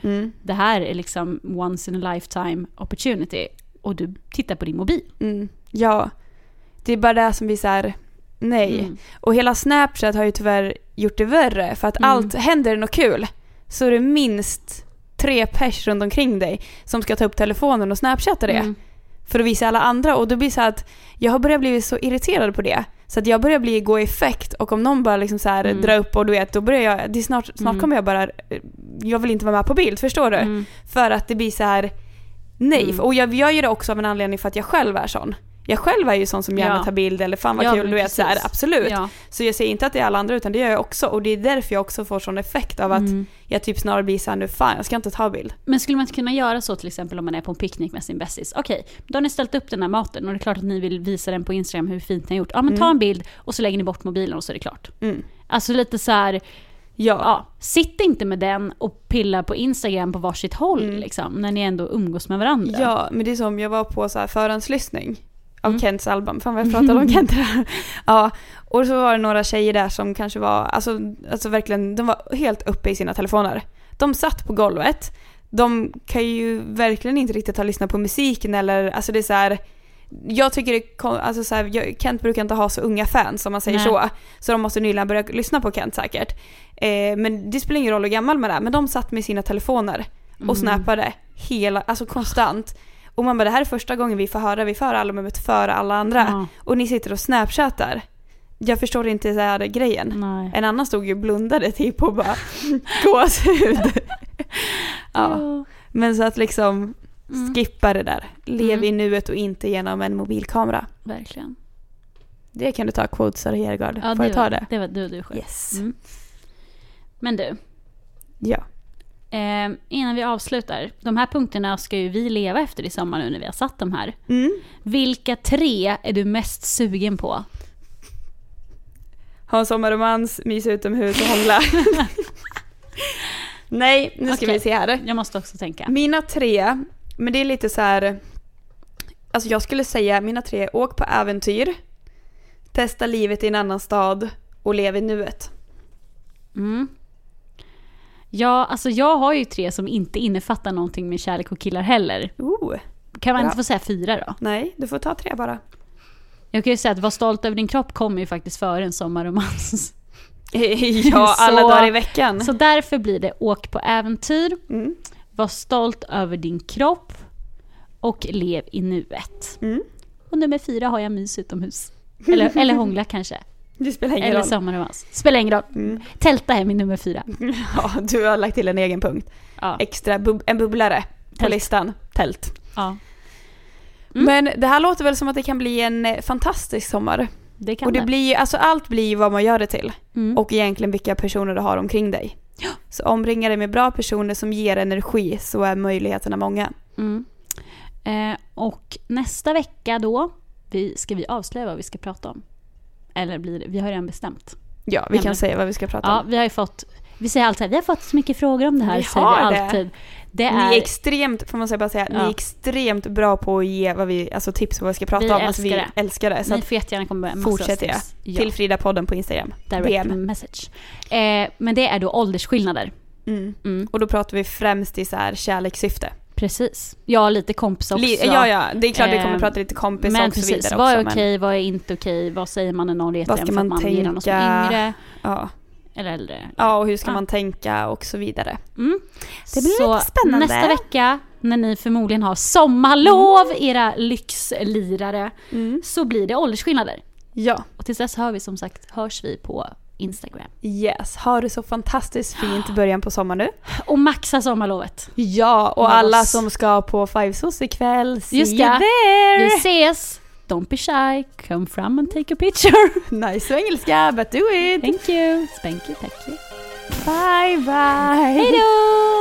Speaker 2: Det här är liksom once in a lifetime opportunity och du tittar på din mobil.
Speaker 1: Mm. Ja. Det är bara det som blir så här, nej.
Speaker 2: Mm.
Speaker 1: Och hela Snapchat har ju tyvärr gjort det värre för att
Speaker 2: Mm.
Speaker 1: allt, händer det något kul så är det minst tre pers runt omkring dig som ska ta upp telefonen och snapchatta det
Speaker 2: Mm.
Speaker 1: för att visa alla andra och då blir det så här att jag har börjat bli så irriterad på det så att jag börjar bli gå i effekt och om någon börjar liksom så här
Speaker 2: Mm.
Speaker 1: dra upp och du vet då börjar jag, det är snart, snart
Speaker 2: Mm.
Speaker 1: kommer jag bara, jag vill inte vara med på bild förstår du?
Speaker 2: Mm.
Speaker 1: För att det blir så här nej.
Speaker 2: Mm.
Speaker 1: Och jag, jag gör det också av en anledning för att jag själv är sån. Jag själv är ju sån som gärna
Speaker 2: Ja.
Speaker 1: tar bild eller fan vad
Speaker 2: Ja,
Speaker 1: kul,
Speaker 2: men
Speaker 1: du vet så här,
Speaker 2: precis.
Speaker 1: absolut.
Speaker 2: Ja.
Speaker 1: Så jag säger inte att det är alla andra utan det gör jag också och det är därför jag också får sån effekt av att
Speaker 2: Mm.
Speaker 1: jag typ snarare blir såhär nu fan jag ska inte ta bild.
Speaker 2: Men skulle man inte kunna göra så till exempel om man är på en picknick med sin bästis? Okej, då har ni ställt upp den här maten och det är klart att ni vill visa den på Instagram hur fint ni har gjort. Ja men ta en bild och så lägger ni bort mobilen och så är det klart.
Speaker 1: Mm.
Speaker 2: Alltså lite så här,
Speaker 1: Ja.
Speaker 2: ja, sitt inte med den och pilla på Instagram på varsitt håll liksom, när ni ändå umgås med varandra.
Speaker 1: Mm.
Speaker 2: Mm.
Speaker 1: Ja, men det är som jag var på så här förhandslyssning av Kents album. Fan vad jag pratade om Kent där. Ja, och så var det några tjejer där som kanske var, alltså, alltså verkligen, de var helt uppe i sina telefoner. De satt på golvet. De kan ju verkligen inte riktigt ha lyssnat på musiken eller, alltså det är så här. Jag tycker det är kon- alltså så här, jag, Kent brukar inte ha så unga fans om man säger
Speaker 2: Nej.
Speaker 1: så. Så de måste nyligen börja lyssna på Kent säkert. Eh, men det spelar ingen roll hur gammal man är, men de satt med sina telefoner
Speaker 2: Mm.
Speaker 1: och snappade hela, alltså konstant. Och man bara det här är första gången vi får höra, vi får höra albumet före alla andra.
Speaker 2: Ja.
Speaker 1: Och ni sitter och snapchattar. Jag förstår inte så här grejen.
Speaker 2: Nej.
Speaker 1: En annan stod ju och blundade typ och bara gåshud. ja. Men så att liksom
Speaker 2: Mm.
Speaker 1: skippa det där. Lev
Speaker 2: Mm.
Speaker 1: i nuet och inte genom en mobilkamera.
Speaker 2: Verkligen.
Speaker 1: Det kan du ta quotes av Hergard.
Speaker 2: Ja,
Speaker 1: får
Speaker 2: det,
Speaker 1: jag ta
Speaker 2: var,
Speaker 1: det?
Speaker 2: det var du och du själv.
Speaker 1: Yes.
Speaker 2: Mm. Men du,
Speaker 1: Ja.
Speaker 2: eh, innan vi avslutar. De här punkterna ska ju vi leva efter i sommar nu när vi har satt de här.
Speaker 1: Mm.
Speaker 2: Vilka tre är du mest sugen på?
Speaker 1: Ha en sommarromans, mysa utomhus och hångla. Nej, nu ska
Speaker 2: Okej.
Speaker 1: vi se här.
Speaker 2: Jag måste också tänka.
Speaker 1: Mina tre, men det är lite så här. Alltså jag skulle säga mina tre, åk på äventyr, testa livet i en annan stad och lev i nuet.
Speaker 2: Mm. Ja, alltså jag har ju tre som inte innefattar någonting med kärlek och killar heller.
Speaker 1: Ooh,
Speaker 2: Kan man
Speaker 1: Bra.
Speaker 2: inte få säga fyra då?
Speaker 1: nej, du får ta tre bara.
Speaker 2: Jag kan ju säga att vara stolt över din kropp kommer ju faktiskt före en sommarromans.
Speaker 1: ja, alla
Speaker 2: Så-
Speaker 1: dagar i veckan.
Speaker 2: Så därför blir det åk på äventyr,
Speaker 1: Mm.
Speaker 2: Var stolt över din kropp och lev i nuet.
Speaker 1: Mm.
Speaker 2: Och nummer fyra har jag mys utomhus. Eller, eller hångla kanske.
Speaker 1: Det spelar ingen
Speaker 2: Eller
Speaker 1: roll.
Speaker 2: sommarromans. Spelar ingen roll.
Speaker 1: Mm.
Speaker 2: Tälta är min nummer fyra.
Speaker 1: Ja, du har lagt till en egen punkt.
Speaker 2: Ja.
Speaker 1: Extra, bub- en bubblare på
Speaker 2: Tält.
Speaker 1: listan. Tält.
Speaker 2: ja. Mm,
Speaker 1: Men det här låter väl som att det kan bli en eh, fantastisk sommar.
Speaker 2: Det kan
Speaker 1: Och det blir ju, alltså allt blir ju vad man gör det till.
Speaker 2: mm.
Speaker 1: och egentligen vilka personer du har omkring dig. Så omringa dig med bra personer som ger energi så är möjligheterna många.
Speaker 2: Mm. Eh, och nästa vecka då vi, ska vi avslöja vad vi ska prata om. Eller blir det, vi har redan bestämt.
Speaker 1: Ja, vi kan
Speaker 2: Nämligen.
Speaker 1: säga vad vi ska prata
Speaker 2: Ja,
Speaker 1: om.
Speaker 2: vi har ju fått, vi säger alltid så här, vi har fått så mycket frågor om det här.
Speaker 1: Vi
Speaker 2: säger
Speaker 1: har
Speaker 2: vi
Speaker 1: det.
Speaker 2: alltid. Det
Speaker 1: Ni är
Speaker 2: är,
Speaker 1: extremt, får man säga, bara säga, ni
Speaker 2: Ja.
Speaker 1: är extremt bra på att ge vad vi, alltså tips på vad vi ska prata
Speaker 2: Vi
Speaker 1: om. Alltså, vi
Speaker 2: älskar
Speaker 1: älskar det. Så
Speaker 2: ni
Speaker 1: att,
Speaker 2: får jättegärna komma med massa
Speaker 1: Fortsätt det.
Speaker 2: tips. Ja.
Speaker 1: till Frida-podden på Instagram.
Speaker 2: direct
Speaker 1: DM.
Speaker 2: message. Eh, men det är då åldersskillnader.
Speaker 1: Mm.
Speaker 2: Mm.
Speaker 1: Och då pratar vi främst i så här kärlekssyfte.
Speaker 2: Precis. Ja, lite kompis också.
Speaker 1: Li- ja, ja, det är klart vi kommer
Speaker 2: Ehm,
Speaker 1: prata lite kompis
Speaker 2: men
Speaker 1: och så
Speaker 2: precis,
Speaker 1: vidare
Speaker 2: vad är
Speaker 1: också,
Speaker 2: okej, vad är inte okej, vad säger man när någon retar
Speaker 1: Vad ska
Speaker 2: en för att
Speaker 1: man
Speaker 2: man gillar någon som är
Speaker 1: tänka?
Speaker 2: yngre
Speaker 1: ja.
Speaker 2: eller äldre.
Speaker 1: ja, och hur ska
Speaker 2: Ja.
Speaker 1: man tänka och så vidare.
Speaker 2: Mm.
Speaker 1: Det blir
Speaker 2: så
Speaker 1: lite spännande.
Speaker 2: nästa vecka när ni förmodligen har sommarlov,
Speaker 1: Mm.
Speaker 2: era lyxlirare, så blir det åldersskillnader.
Speaker 1: Ja,
Speaker 2: Och tills dess hör vi som sagt, hörs vi på Instagram.
Speaker 1: yes. Ha det så fantastiskt fint i början på sommaren nu.
Speaker 2: Och maxa sommarlovet.
Speaker 1: Ja, och
Speaker 2: Yes.
Speaker 1: alla som ska på Five Sos ikväll, see
Speaker 2: Just
Speaker 1: you
Speaker 2: det. Vi
Speaker 1: there!
Speaker 2: ses! Don't be shy, come from and take a picture.
Speaker 1: Nice och engelska, but do it!
Speaker 2: Thank you! Spanky, tack you.
Speaker 1: Bye, bye!
Speaker 2: Hej då!